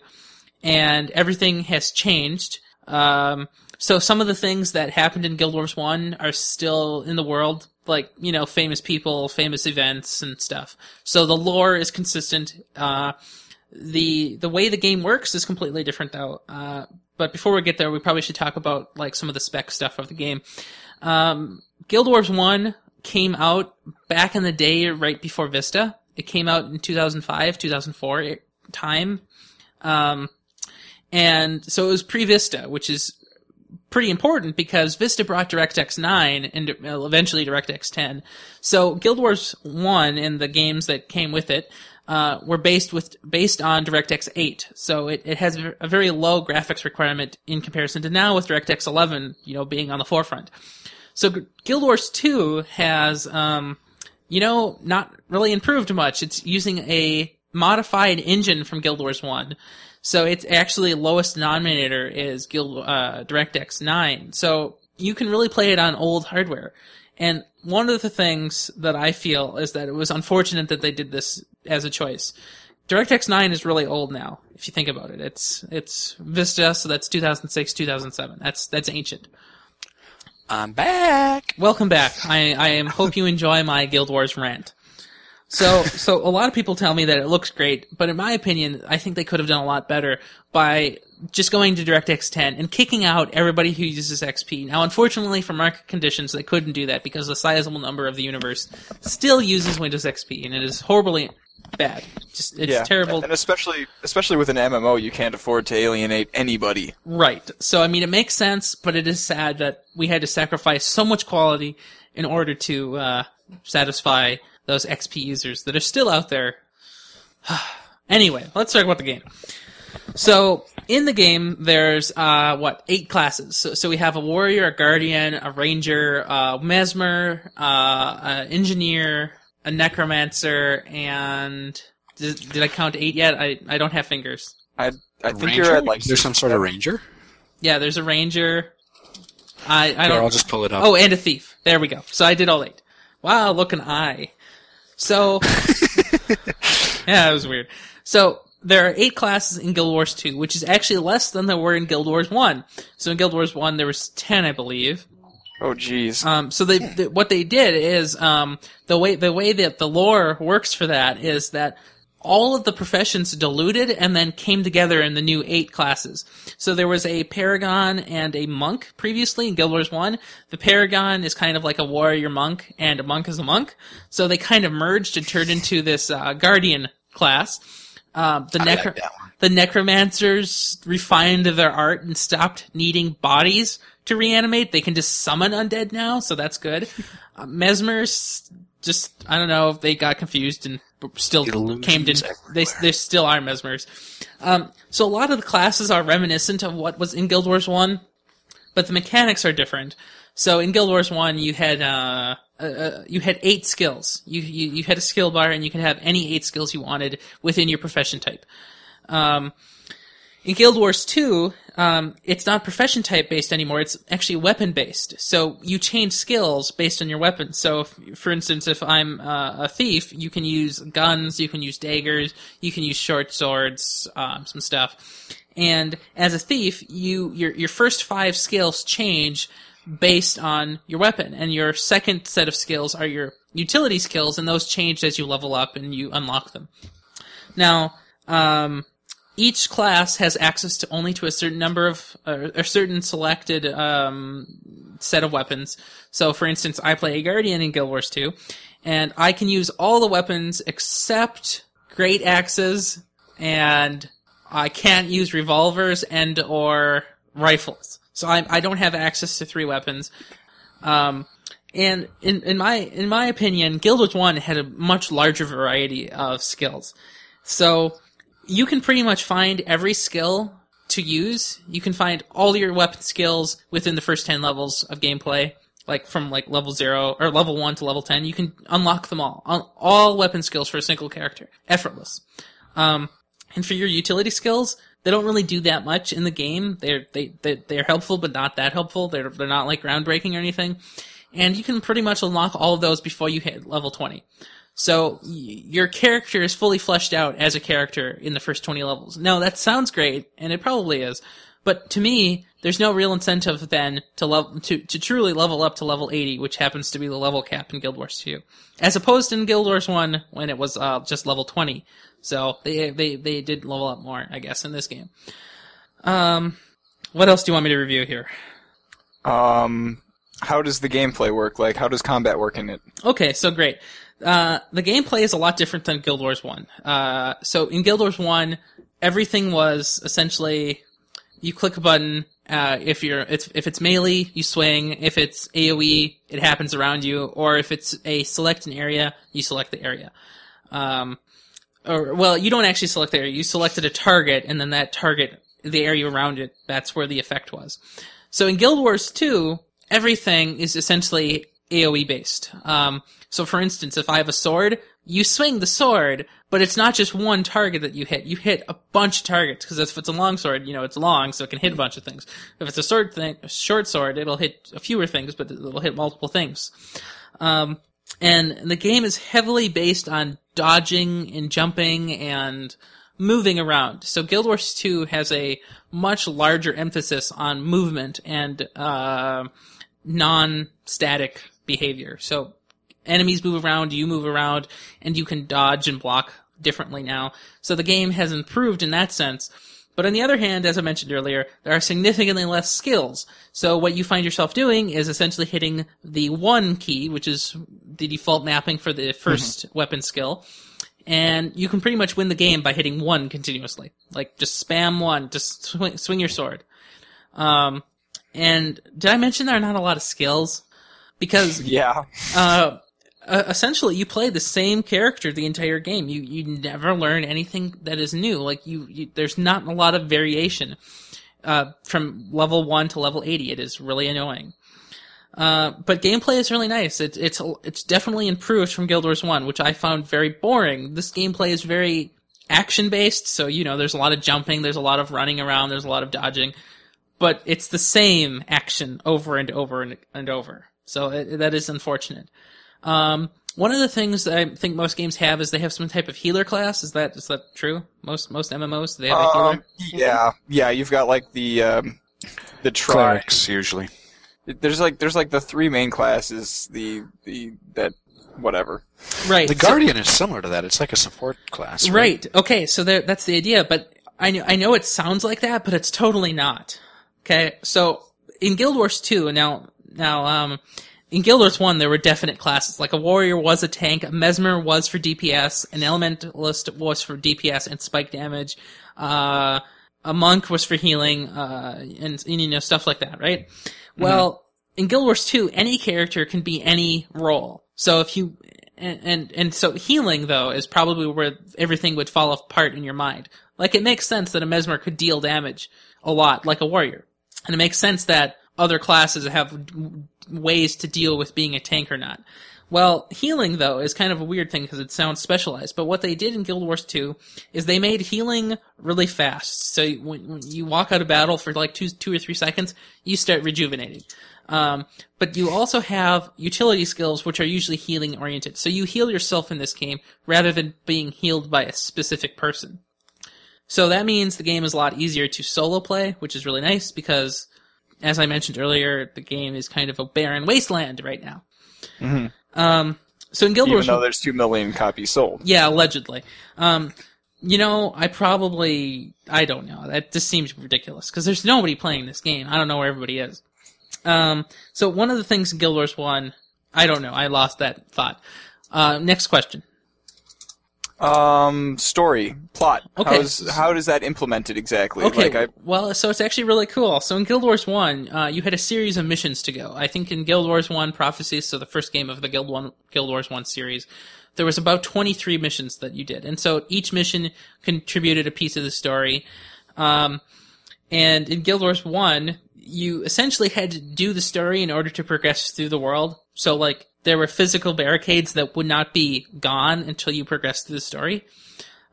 Speaker 3: and everything has changed. Um, so some of the things that happened in Guild Wars One are still in the world, like you know, famous people, famous events, and stuff. So the lore is consistent. Uh, the the way the game works is completely different though. Uh, but before we get there, we probably should talk about like some of the spec stuff of the game. Um, Guild Wars One came out back in the day, right before Vista. It came out in 2005, 2004 time, um, and so it was pre Vista, which is pretty important because Vista brought DirectX 9 and uh, eventually DirectX 10. So Guild Wars 1 and the games that came with it uh, were based with based on DirectX 8. So it, it has a very low graphics requirement in comparison to now with DirectX 11, you know, being on the forefront. So G- Guild Wars 2 has, um, you know, not really improved much. It's using a modified engine from Guild Wars 1. So it's actually lowest denominator is Guild uh, DirectX 9. So you can really play it on old hardware. And one of the things that I feel is that it was unfortunate that they did this as a choice. DirectX 9 is really old now, if you think about it. It's it's Vista, so that's 2006, 2007. That's that's ancient.
Speaker 2: I'm back.
Speaker 3: Welcome back. I I am, hope you enjoy my Guild Wars rant. So so a lot of people tell me that it looks great, but in my opinion, I think they could have done a lot better by just going to DirectX 10 and kicking out everybody who uses XP. Now, unfortunately, for market conditions, they couldn't do that because a sizable number of the universe still uses Windows XP, and it is horribly bad. Just it's
Speaker 1: yeah.
Speaker 3: terrible.
Speaker 1: And especially especially with an MMO, you can't afford to alienate anybody.
Speaker 3: Right. So I mean, it makes sense, but it is sad that we had to sacrifice so much quality in order to uh, satisfy those XP users that are still out there. anyway, let's talk about the game. So in the game, there's uh, what eight classes. So, so we have a warrior, a guardian, a ranger, a mesmer, uh, an engineer, a necromancer, and did, did I count eight yet? I I don't have fingers.
Speaker 1: I I think
Speaker 2: ranger?
Speaker 1: you're at like
Speaker 2: Is there some sort of ranger?
Speaker 3: Yeah, there's a ranger. I I
Speaker 2: Here,
Speaker 3: don't.
Speaker 2: I'll just pull it up.
Speaker 3: Oh, and a thief. There we go. So I did all eight. Wow, look an eye. So yeah, that was weird. So there are eight classes in Guild Wars Two, which is actually less than there were in Guild Wars One. So in Guild Wars One, there was ten, I believe.
Speaker 1: oh jeez.
Speaker 3: Um, so they, th- what they did is um, the way the way that the lore works for that is that all of the professions diluted and then came together in the new eight classes. So there was a paragon and a monk previously in Guild Wars One. The paragon is kind of like a warrior monk, and a monk is a monk. So they kind of merged and turned into this uh, guardian class. Um, the
Speaker 2: I
Speaker 3: necro-
Speaker 2: like that one.
Speaker 3: the necromancers refined their art and stopped needing bodies to reanimate. They can just summon undead now, so that's good. Uh, mesmers just I don't know if they got confused and b- still
Speaker 2: Illusions
Speaker 3: came to they
Speaker 2: everywhere.
Speaker 3: they still are mesmers. Um, so a lot of the classes are reminiscent of what was in Guild Wars One, but the mechanics are different. So in Guild Wars One, you had uh, uh, uh, you had eight skills. You, you you had a skill bar, and you could have any eight skills you wanted within your profession type. Um, in Guild Wars 2, um, it's not profession type based anymore. It's actually weapon based. So you change skills based on your weapon. So, if, for instance, if I'm uh, a thief, you can use guns, you can use daggers, you can use short swords, um, some stuff. And as a thief, you your your first five skills change based on your weapon, and your second set of skills are your utility skills, and those change as you level up and you unlock them. Now, um, each class has access to only to a certain number of uh, a certain selected um, set of weapons. So, for instance, I play a guardian in Guild Wars 2, and I can use all the weapons except great axes, and I can't use revolvers and or rifles. So I, I don't have access to three weapons. Um, and in, in my in my opinion, Guild Wars 1 had a much larger variety of skills. So you can pretty much find every skill to use. You can find all your weapon skills within the first 10 levels of gameplay, like from like level 0 or level 1 to level 10. You can unlock them all. All- All weapon skills for a single character. Effortless. Um, and for your utility skills, they don't really do that much in the game. They're they, they they're helpful, but not that helpful. They're they're not like groundbreaking or anything. And you can pretty much unlock all of those before you hit level twenty. So y- your character is fully fleshed out as a character in the first 20 levels. Now that sounds great, and it probably is, but to me, there's no real incentive then to level to, to truly level up to level 80, which happens to be the level cap in Guild Wars 2, as opposed in Guild Wars 1 when it was uh, just level 20. So they they they did level up more, I guess, in this game. Um, what else do you want me to review here?
Speaker 1: Um, how does the gameplay work? Like, how does combat work in it?
Speaker 3: Okay, so great. Uh, the gameplay is a lot different than Guild Wars 1. Uh, so in Guild Wars 1, everything was essentially you click a button. Uh, if you're it's, if it's melee, you swing. If it's AOE, it happens around you. Or if it's a select an area, you select the area. Um, or well, you don't actually select the area. You selected a target, and then that target, the area around it, that's where the effect was. So in Guild Wars 2, everything is E essentially AoE based. Um, so for instance, if I have a sword, you swing the sword, But it's not just one target that you hit. You hit a bunch of targets because if it's a long sword, you know it's long, so it can hit a bunch of things. If it's a sword thing, short sword, it'll hit fewer things, but it'll hit multiple things. Um, and the game is heavily based on dodging and jumping and moving around. So Guild Wars 2 has a much larger emphasis on movement and uh, non-static behavior. So enemies move around, you move around, and you can dodge and block differently now. So the game has improved in that sense. But on the other hand, as I mentioned earlier, there are significantly less skills. So what you find yourself doing is essentially hitting the one key, which is the default mapping for the 1st weapon skill. And you can pretty much win the game by hitting one continuously. Like, just spam one, just swing, swing your sword. Um, and did I mention there are not a lot of skills? Because
Speaker 1: Yeah.
Speaker 3: uh, essentially you play the same character the entire game. You you never learn anything that is new. Like you, you there's not a lot of variation uh, from level one to level eighty. It is really annoying. Uh, but gameplay is really nice. It's it's it's definitely improved from Guild Wars One, which I found very boring. This gameplay is very action based, so you know there's a lot of jumping, there's a lot of running around, there's a lot of dodging, but it's the same action over and over and, and over. So it, that is unfortunate. Um, one of the things that I think most games have is they have some type of healer class. Is that is that true? Most most MMOs they have a healer.
Speaker 1: Um, yeah. Yeah. You've got like the um, the tri.
Speaker 2: Clerics usually.
Speaker 1: There's like there's like the three main classes. The the that whatever.
Speaker 3: Right.
Speaker 2: The
Speaker 3: so-
Speaker 2: guardian is similar to that. It's like a support class.
Speaker 3: Right. Okay. So there, that's the idea. But I know, I know it sounds like that, but it's totally not. Okay. So in Guild Wars 2, now, now, um, in Guild Wars 1, there were definite classes. Like a warrior was a tank, a mesmer was for DPS, an elementalist was for DPS and spike damage, uh, a monk was for healing, uh, and, and, you know, stuff like that, right? Well, in Guild Wars 2, any character can be any role. So if you, and, and, and so healing though is probably where everything would fall apart in your mind. Like it makes sense that a mesmer could deal damage a lot, like a warrior. And it makes sense that other classes have w- ways to deal with being a tank or not. Well, healing though is kind of a weird thing because it sounds specialized. But what they did in Guild Wars 2 is they made healing really fast. So you- when, when you walk out of battle for like two, two or three seconds, you start rejuvenating. Um, but you also have utility skills, which are usually healing oriented. So you heal yourself in this game rather than being healed by a specific person. So that means the game is a lot easier to solo play, which is really nice because, as I mentioned earlier, the game is kind of a barren wasteland right now. Um, so in Guild
Speaker 1: Mm-hmm. Even
Speaker 3: Wars,
Speaker 1: though there's two million copies sold.
Speaker 3: yeah, allegedly. Um, you know, I probably I don't know. That just seems ridiculous because there's nobody playing this game. I don't know where everybody is. Um, so one of the things in Guild Wars One, I don't know. I lost that thought. Uh, next question.
Speaker 1: Um, story, plot.
Speaker 3: Okay.
Speaker 1: How's, how does that implement it exactly?
Speaker 3: Okay,
Speaker 1: Like I,
Speaker 3: well, so it's actually really cool. So in Guild Wars One, uh, you had a series of missions to go. I think in Guild Wars One Prophecies, so the first game of the Guild One Guild Wars One series, there was about twenty three missions that you did, and so each mission contributed a piece of the story. Um, and in Guild Wars 1, you essentially had to do the story in order to progress through the world. So, like, there were physical barricades that would not be gone until you progressed through the story.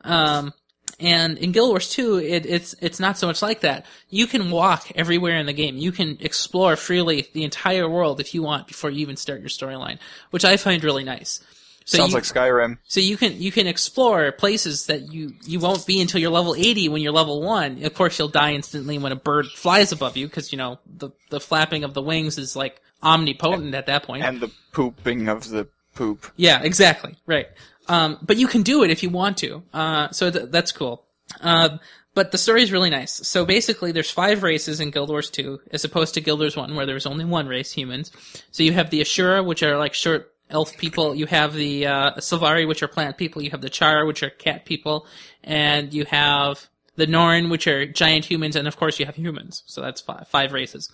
Speaker 3: Um, and in Guild Wars 2, it, it's, it's not so much like that. You can walk everywhere in the game. You can explore freely the entire world if you want before you even start your storyline, which I find really nice. So
Speaker 1: sounds
Speaker 3: you-
Speaker 1: like Skyrim.
Speaker 3: so you can you can explore places that you you won't be until you're level 80 when you're level 1. Of course you'll die instantly when a bird flies above you cuz you know the the flapping of the wings is like omnipotent at that point.
Speaker 1: and the pooping of the poop.
Speaker 3: Yeah, exactly. Right. Um, but you can do it if you want to. Uh, so th- that's cool. Um, but the story is really nice. So basically, there's five races in Guild Wars 2, as opposed to Guild Wars 1, where there was only one race, humans. So you have the Ashura, which are like short elf people. You have the uh, Silvari, which are plant people. You have the Char, which are cat people. And you have the Norn, which are giant humans. And of course, you have humans. So that's five, five races.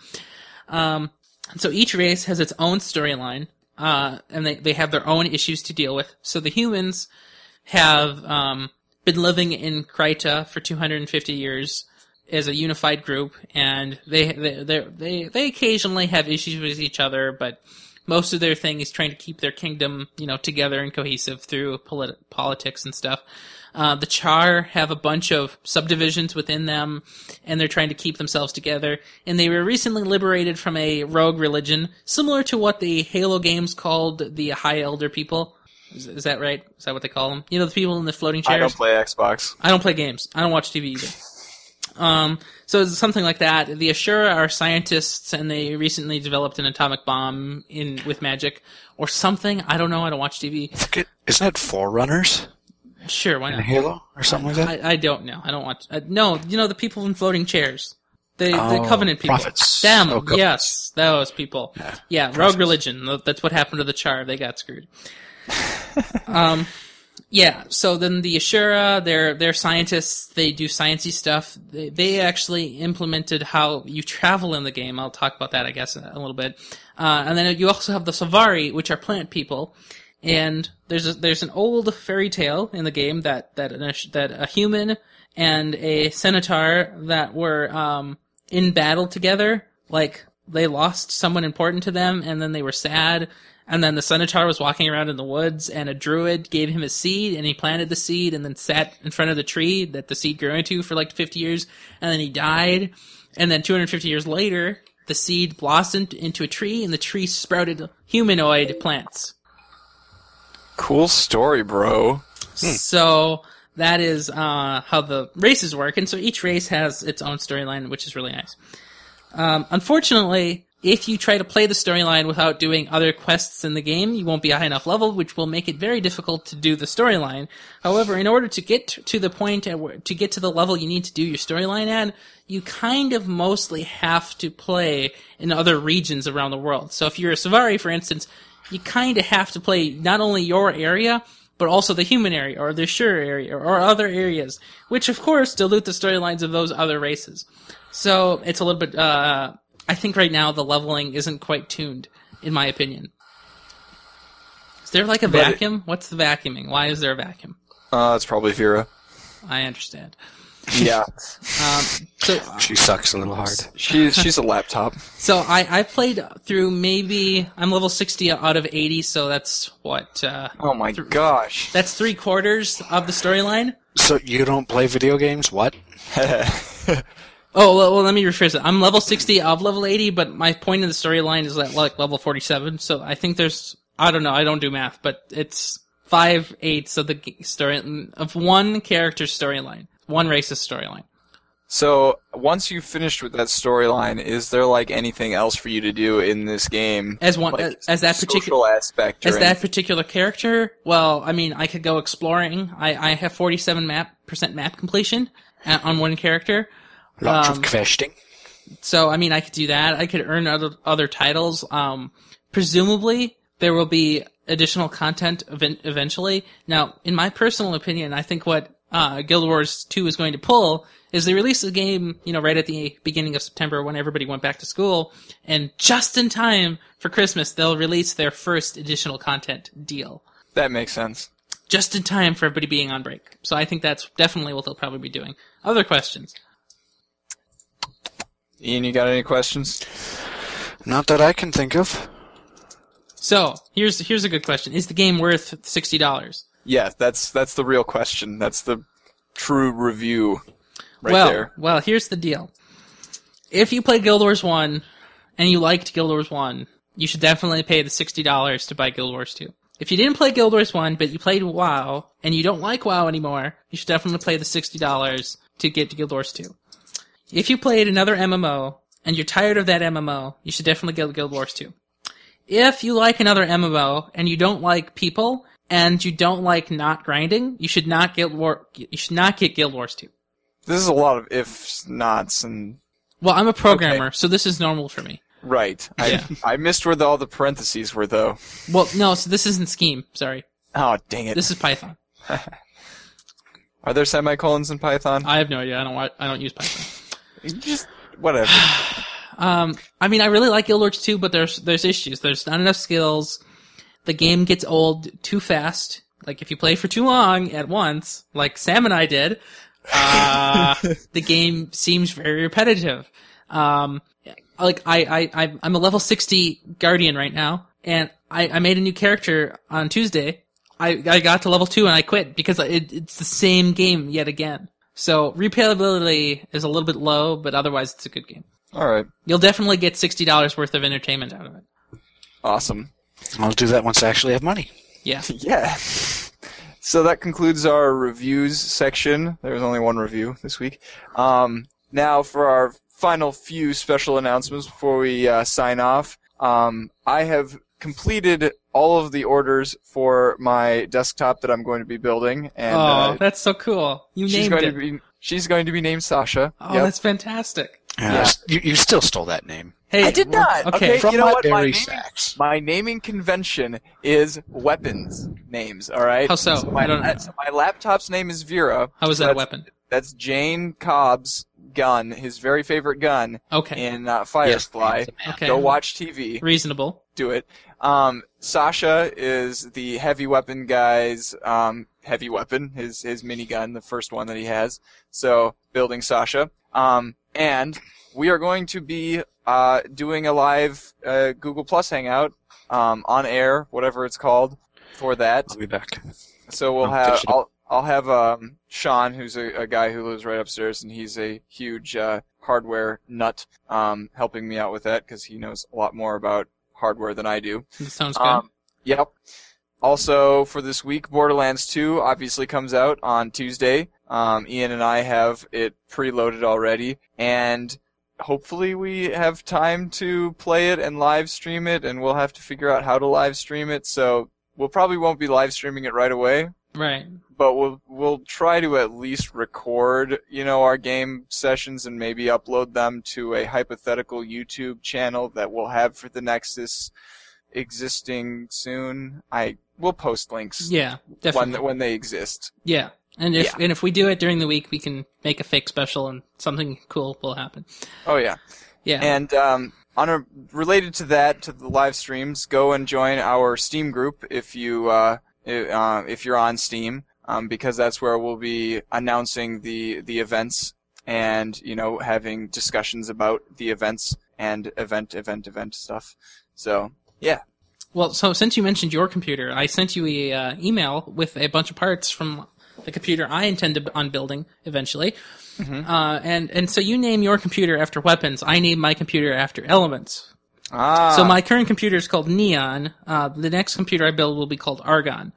Speaker 3: Um, so each race has its own storyline, uh, and they, they have their own issues to deal with. So the humans have um, been living in Krita for 250 years as a unified group, and they they they they, they occasionally have issues with each other, but most of their thing is trying to keep their kingdom, you know, together and cohesive through polit- politics and stuff. Uh, the Char have a bunch of subdivisions within them, and they're trying to keep themselves together. And they were recently liberated from a rogue religion, similar to what the Halo games called the High Elder people. Is, is that right? Is that what they call them? You know, the people in the floating chairs.
Speaker 1: I don't play Xbox.
Speaker 3: I don't play games. I don't watch TV either. Um, so it's something like that. The Ashura are scientists, and they recently developed an atomic bomb in with magic or something. I don't know. I don't watch TV.
Speaker 2: Isn't that Forerunners
Speaker 3: Sure, why
Speaker 2: in
Speaker 3: not?
Speaker 2: Halo or something like that?
Speaker 3: I, I don't know. I don't watch. Uh, no, you know the people in floating chairs, the
Speaker 2: Oh,
Speaker 3: the covenant people.
Speaker 2: prophets.
Speaker 3: Them,
Speaker 2: Oh, covenants.
Speaker 3: yes, those people.
Speaker 2: Yeah,
Speaker 3: Yeah, rogue religion. Tha- That's what happened to the Char. They got screwed. um, yeah. So then the Ashura, they're they're scientists. They do sciencey stuff. They, they actually implemented how you travel in the game. I'll talk about that, I guess, in a little bit. Uh, and then you also have the Savari, which are plant people. And there's a, there's an old fairy tale in the game that that an, ash- that a human and a centaur that were um, in battle together. Like they lost someone important to them, and then they were sad. And then the centaur was walking around in the woods, and a druid gave him a seed, and he planted the seed, and then sat in front of the tree that the seed grew into for like 50 years, and then he died. And then 250 years later, the seed blossomed into a tree, and the tree sprouted humanoid plants.
Speaker 1: Cool story, bro.
Speaker 3: So that is uh, how the races work, and so each race has its own storyline, which is really nice. Um, unfortunately, if you try to play the storyline without doing other quests in the game, you won't be a high enough level, which will make it very difficult to do the storyline. However, in order to get to the point at where, to get to the level you need to do your storyline at, you kind of mostly have to play in other regions around the world. So if you're a Savari, for instance, you kind of have to play not only your area, but also the human area or the Sure area or other areas, which of course dilute the storylines of those other races. So it's a little bit. Uh, I think right now the leveling isn't quite tuned, in my opinion. Is there like a
Speaker 1: But it-
Speaker 3: vacuum? What's the vacuuming? Why is there a vacuum?
Speaker 1: Uh, it's probably Vera.
Speaker 3: I understand.
Speaker 1: Yeah,
Speaker 3: Um, so
Speaker 2: She sucks a little hard.
Speaker 1: she's she's a laptop.
Speaker 3: So I I played through maybe I'm level 60 out of 80, so that's what uh,
Speaker 1: Oh my gosh.
Speaker 3: that's three quarters of the storyline.
Speaker 2: So you don't play video games? What?
Speaker 3: Oh well, well, let me rephrase it. I'm level 60 of level 80, but my point in the storyline is that like level 47. So I think there's I don't know. I don't do math, but it's five eighths of the g- story of one character's storyline, one race's storyline.
Speaker 1: so once you've finished with that storyline, is there like anything else for you to do in this game?
Speaker 3: As one
Speaker 1: Like,
Speaker 3: as, as that particular
Speaker 1: social aspect.
Speaker 3: as
Speaker 1: or
Speaker 3: that particular character, well, I mean, I could go exploring. I, I have 47 map percent map completion uh, on one character.
Speaker 2: Lots
Speaker 3: Um,
Speaker 2: of questing.
Speaker 3: So, I mean, I could do that. I could earn other, other titles. Um, presumably there will be additional content event- eventually. Now, in my personal opinion, I think what, uh, Guild Wars 2 is going to pull is they released the game, you know, right at the beginning of September when everybody went back to school and just in time for Christmas, they'll release their first additional content deal
Speaker 1: That makes sense.
Speaker 3: just in time for everybody being on break. So I think that's definitely what they'll probably be doing. Other questions?
Speaker 1: Ian, you got any questions?
Speaker 2: Not that I can think of.
Speaker 3: So here's here's a good question: Is the game worth sixty dollars?
Speaker 1: Yeah, that's that's the real question. That's the true review right
Speaker 3: well,
Speaker 1: there.
Speaker 3: well, here's the deal: If you play Guild Wars One and you liked Guild Wars One, you should definitely pay the sixty dollars to buy Guild Wars Two. If you didn't play Guild Wars One but you played WoW and you don't like WoW anymore, you should definitely play the sixty dollars to get to Guild Wars Two. If you played another MMO and you're tired of that MMO, you should definitely go to Guild Wars 2. If you like another MMO and you don't like people and you don't like not grinding, you should not Guild War you should not get Guild Wars 2.
Speaker 1: This is a lot of ifs, nots, and
Speaker 3: Well, I'm a programmer, so this is normal for me.
Speaker 1: right.
Speaker 3: Yeah.
Speaker 1: I I missed where the, all the parentheses were though.
Speaker 3: Well, no, so this isn't Scheme, sorry.
Speaker 1: Oh dang it!
Speaker 3: This is Python.
Speaker 1: Are there semicolons in Python?
Speaker 3: I have no idea. I don't wa- I don't use Python.
Speaker 1: You Just whatever.
Speaker 3: Um, I mean, I really like Guild Wars 2, but there's there's issues. There's not enough skills. The game gets old too fast. Like if you play for too long at once, like Sam and I did, uh, the game seems very repetitive. Um, like I, I, I I'm a level 60 guardian right now, and I, I made a new character on Tuesday. I, I got to level two and I quit because it, it's the same game yet again. So replayability is a little bit low, but otherwise it's a good game.
Speaker 1: All right.
Speaker 3: You'll definitely get sixty dollars worth of entertainment out of it.
Speaker 1: Awesome.
Speaker 2: I'll do that once I actually have money.
Speaker 3: Yeah.
Speaker 1: Yeah. So that concludes our reviews section. There was only one review this week. Um, now for our final few special announcements before we uh, sign off. Um, I have completed all of the orders for my desktop that I'm going to be building, and
Speaker 3: oh,
Speaker 1: uh,
Speaker 3: that's so cool. You
Speaker 1: she's
Speaker 3: named
Speaker 1: going
Speaker 3: it.
Speaker 1: to be she's going to be named Sasha.
Speaker 3: oh,
Speaker 1: Yep.
Speaker 3: that's fantastic.
Speaker 1: Yeah.
Speaker 2: Uh, You, you still stole that name.
Speaker 3: Hey,
Speaker 1: I did
Speaker 3: well,
Speaker 1: not.
Speaker 3: Okay.
Speaker 1: Okay.
Speaker 2: From
Speaker 1: You know
Speaker 2: my
Speaker 1: what? My
Speaker 2: Barry
Speaker 1: name-
Speaker 2: Sachs.
Speaker 1: My naming convention is weapons names. All right.
Speaker 3: How so?
Speaker 1: my,
Speaker 3: I don't know.
Speaker 1: so my laptop's name is Vera.
Speaker 3: How is
Speaker 1: so
Speaker 3: that a
Speaker 1: that's-
Speaker 3: weapon?
Speaker 1: That's Jane Cobb's gun, his very favorite gun
Speaker 3: Okay.
Speaker 1: in uh, Firefly.
Speaker 2: Yes, ma'am.
Speaker 3: okay.
Speaker 1: Go watch TV.
Speaker 3: Reasonable.
Speaker 1: Do it. Um, Sasha is the heavy weapon guy's um, heavy weapon, his his minigun, the first one that he has. So building Sasha. Um, and we are going to be uh, doing a live uh, Google Plus Hangout um, on air, whatever it's called, for that.
Speaker 2: I'll be back.
Speaker 1: So we'll
Speaker 2: Oh,
Speaker 1: have
Speaker 2: fiction.
Speaker 1: I'll I'll have um, Sean, who's a, a guy who lives right upstairs, and he's a huge uh, hardware nut, um, helping me out with that because he knows a lot more about hardware than I do.
Speaker 3: That sounds good.
Speaker 1: Um, yep. Also for this week, Borderlands 2 obviously comes out on Tuesday. Um, Ian and I have it preloaded already, and hopefully we have time to play it and live stream it, and we'll have to figure out how to live stream it. So we'll probably won't be live streaming it right away
Speaker 3: right.
Speaker 1: but we'll we'll try to at least record you know our game sessions and maybe upload them to a hypothetical YouTube channel that we'll have for the Nexus existing soon. I we'll post links
Speaker 3: Yeah.
Speaker 1: when
Speaker 3: Definitely.
Speaker 1: when they exist.
Speaker 3: Yeah. And if
Speaker 1: Yeah.
Speaker 3: and if we do it during the week, we can make a fake special and something cool will happen.
Speaker 1: Oh yeah,
Speaker 3: Yeah.
Speaker 1: and um, on a related to that to the live streams, go and join our Steam group if you uh, i- uh, if you're on Steam. Um, because that's where we'll be announcing the the events and you know having discussions about the events and event event event stuff so
Speaker 3: Well, so since you mentioned your computer, I sent you a uh, email with a bunch of parts from the computer I intend to, on building eventually.
Speaker 1: Mhm.
Speaker 3: Uh, and and so you name your computer after weapons. I name my computer after elements.
Speaker 1: ah
Speaker 3: So my current computer is called Neon. Uh, the next computer I build will be called Argon.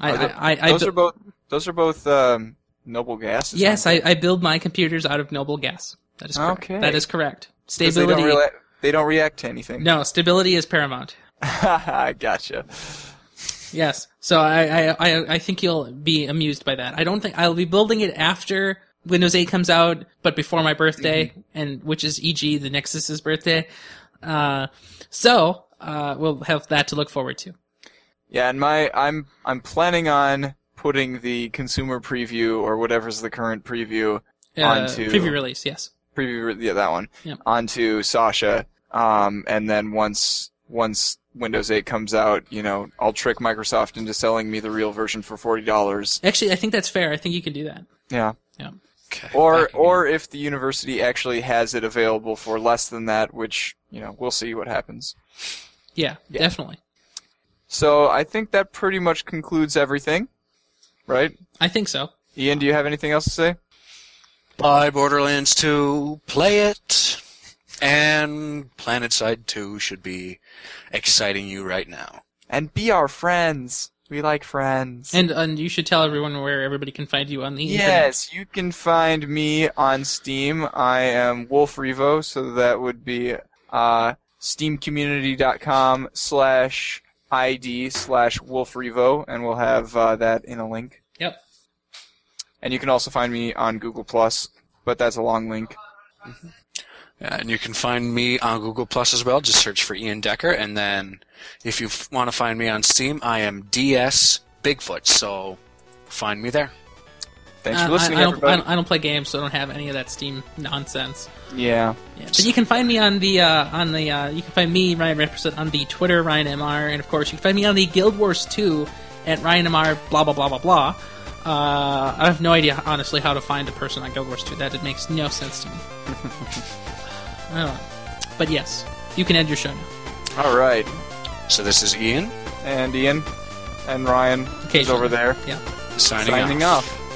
Speaker 3: I,
Speaker 1: Are tho-
Speaker 3: I, I, I
Speaker 1: those
Speaker 3: bu-
Speaker 1: are both those are both um, noble gases
Speaker 3: yes, I, I build my computers out of noble gas. That is correct.
Speaker 1: Okay.
Speaker 3: That is correct.
Speaker 1: 'Cause they
Speaker 3: Stability.
Speaker 1: don't, react. they don't react to anything
Speaker 3: no, stability is paramount.
Speaker 1: i gotcha
Speaker 3: Yes. So I, I I I think you'll be amused by that. I don't think I'll be building it after Windows 8 comes out, but before my birthday,
Speaker 1: Mm-hmm.
Speaker 3: and which is e.g. the Nexus's birthday. Uh, so uh, we'll have that to look forward to.
Speaker 1: yeah and my i'm i'm planning on putting the consumer preview or whatever's the current preview
Speaker 3: Uh,
Speaker 1: On to-
Speaker 3: preview release. Yes.
Speaker 1: preview yeah that one
Speaker 3: Yep.
Speaker 1: onto Sasha um and then once once Windows 8 comes out you know I'll trick Microsoft into selling me the real version for $40
Speaker 3: Actually, I think that's fair. I think you can do that.
Speaker 1: yeah
Speaker 2: Okay.
Speaker 1: or
Speaker 2: Back again.
Speaker 1: or if the university actually has it available for less than that which you know we'll see what happens
Speaker 3: Yeah,
Speaker 1: Yeah.
Speaker 3: definitely.
Speaker 1: so I think that pretty much concludes everything right
Speaker 3: I think so.
Speaker 1: Ian do you have anything else to say
Speaker 2: buy Borderlands 2, play it, and PlanetSide 2 should be exciting you right now.
Speaker 1: and be our friends we like friends
Speaker 3: And and you should tell everyone where everybody can find you on the internet.
Speaker 1: Yes, you can find me on Steam. I am Wolf Revo, so that would be uh, steamcommunity.com slash ID slash Wolf Revo, and we'll have uh, that in a link.
Speaker 3: Yep.
Speaker 1: And you can also find me on Google Plus, but that's a long link.
Speaker 2: Uh, And you can find me on Google Plus as well. Just search for Ian Decker, and then if you f- want to find me on Steam, I am DS Bigfoot. So find me there.
Speaker 1: Thanks
Speaker 3: Uh,
Speaker 1: for listening,
Speaker 3: I, I, don't, I
Speaker 1: everybody.
Speaker 3: don't I don't play games, so I don't have any of that Steam nonsense.
Speaker 1: yeah.
Speaker 3: Yeah, but you can find me on the uh, on the uh, you can find me Ryan Ramperson on the Twitter Ryan Mr and of course you can find me on the Guild Wars 2 at Ryan Mr blah blah blah blah blah. Uh, I have no idea honestly how to find a person on Guild Wars 2. That it makes no sense to me. I don't know. But yes, you can end your show now.
Speaker 1: All right.
Speaker 2: So this is Ian.
Speaker 1: And Ian,
Speaker 3: and Ryan is
Speaker 5: Occasionally.
Speaker 3: over there
Speaker 5: Yeah.
Speaker 1: Signing,
Speaker 3: signing
Speaker 1: off.
Speaker 3: off.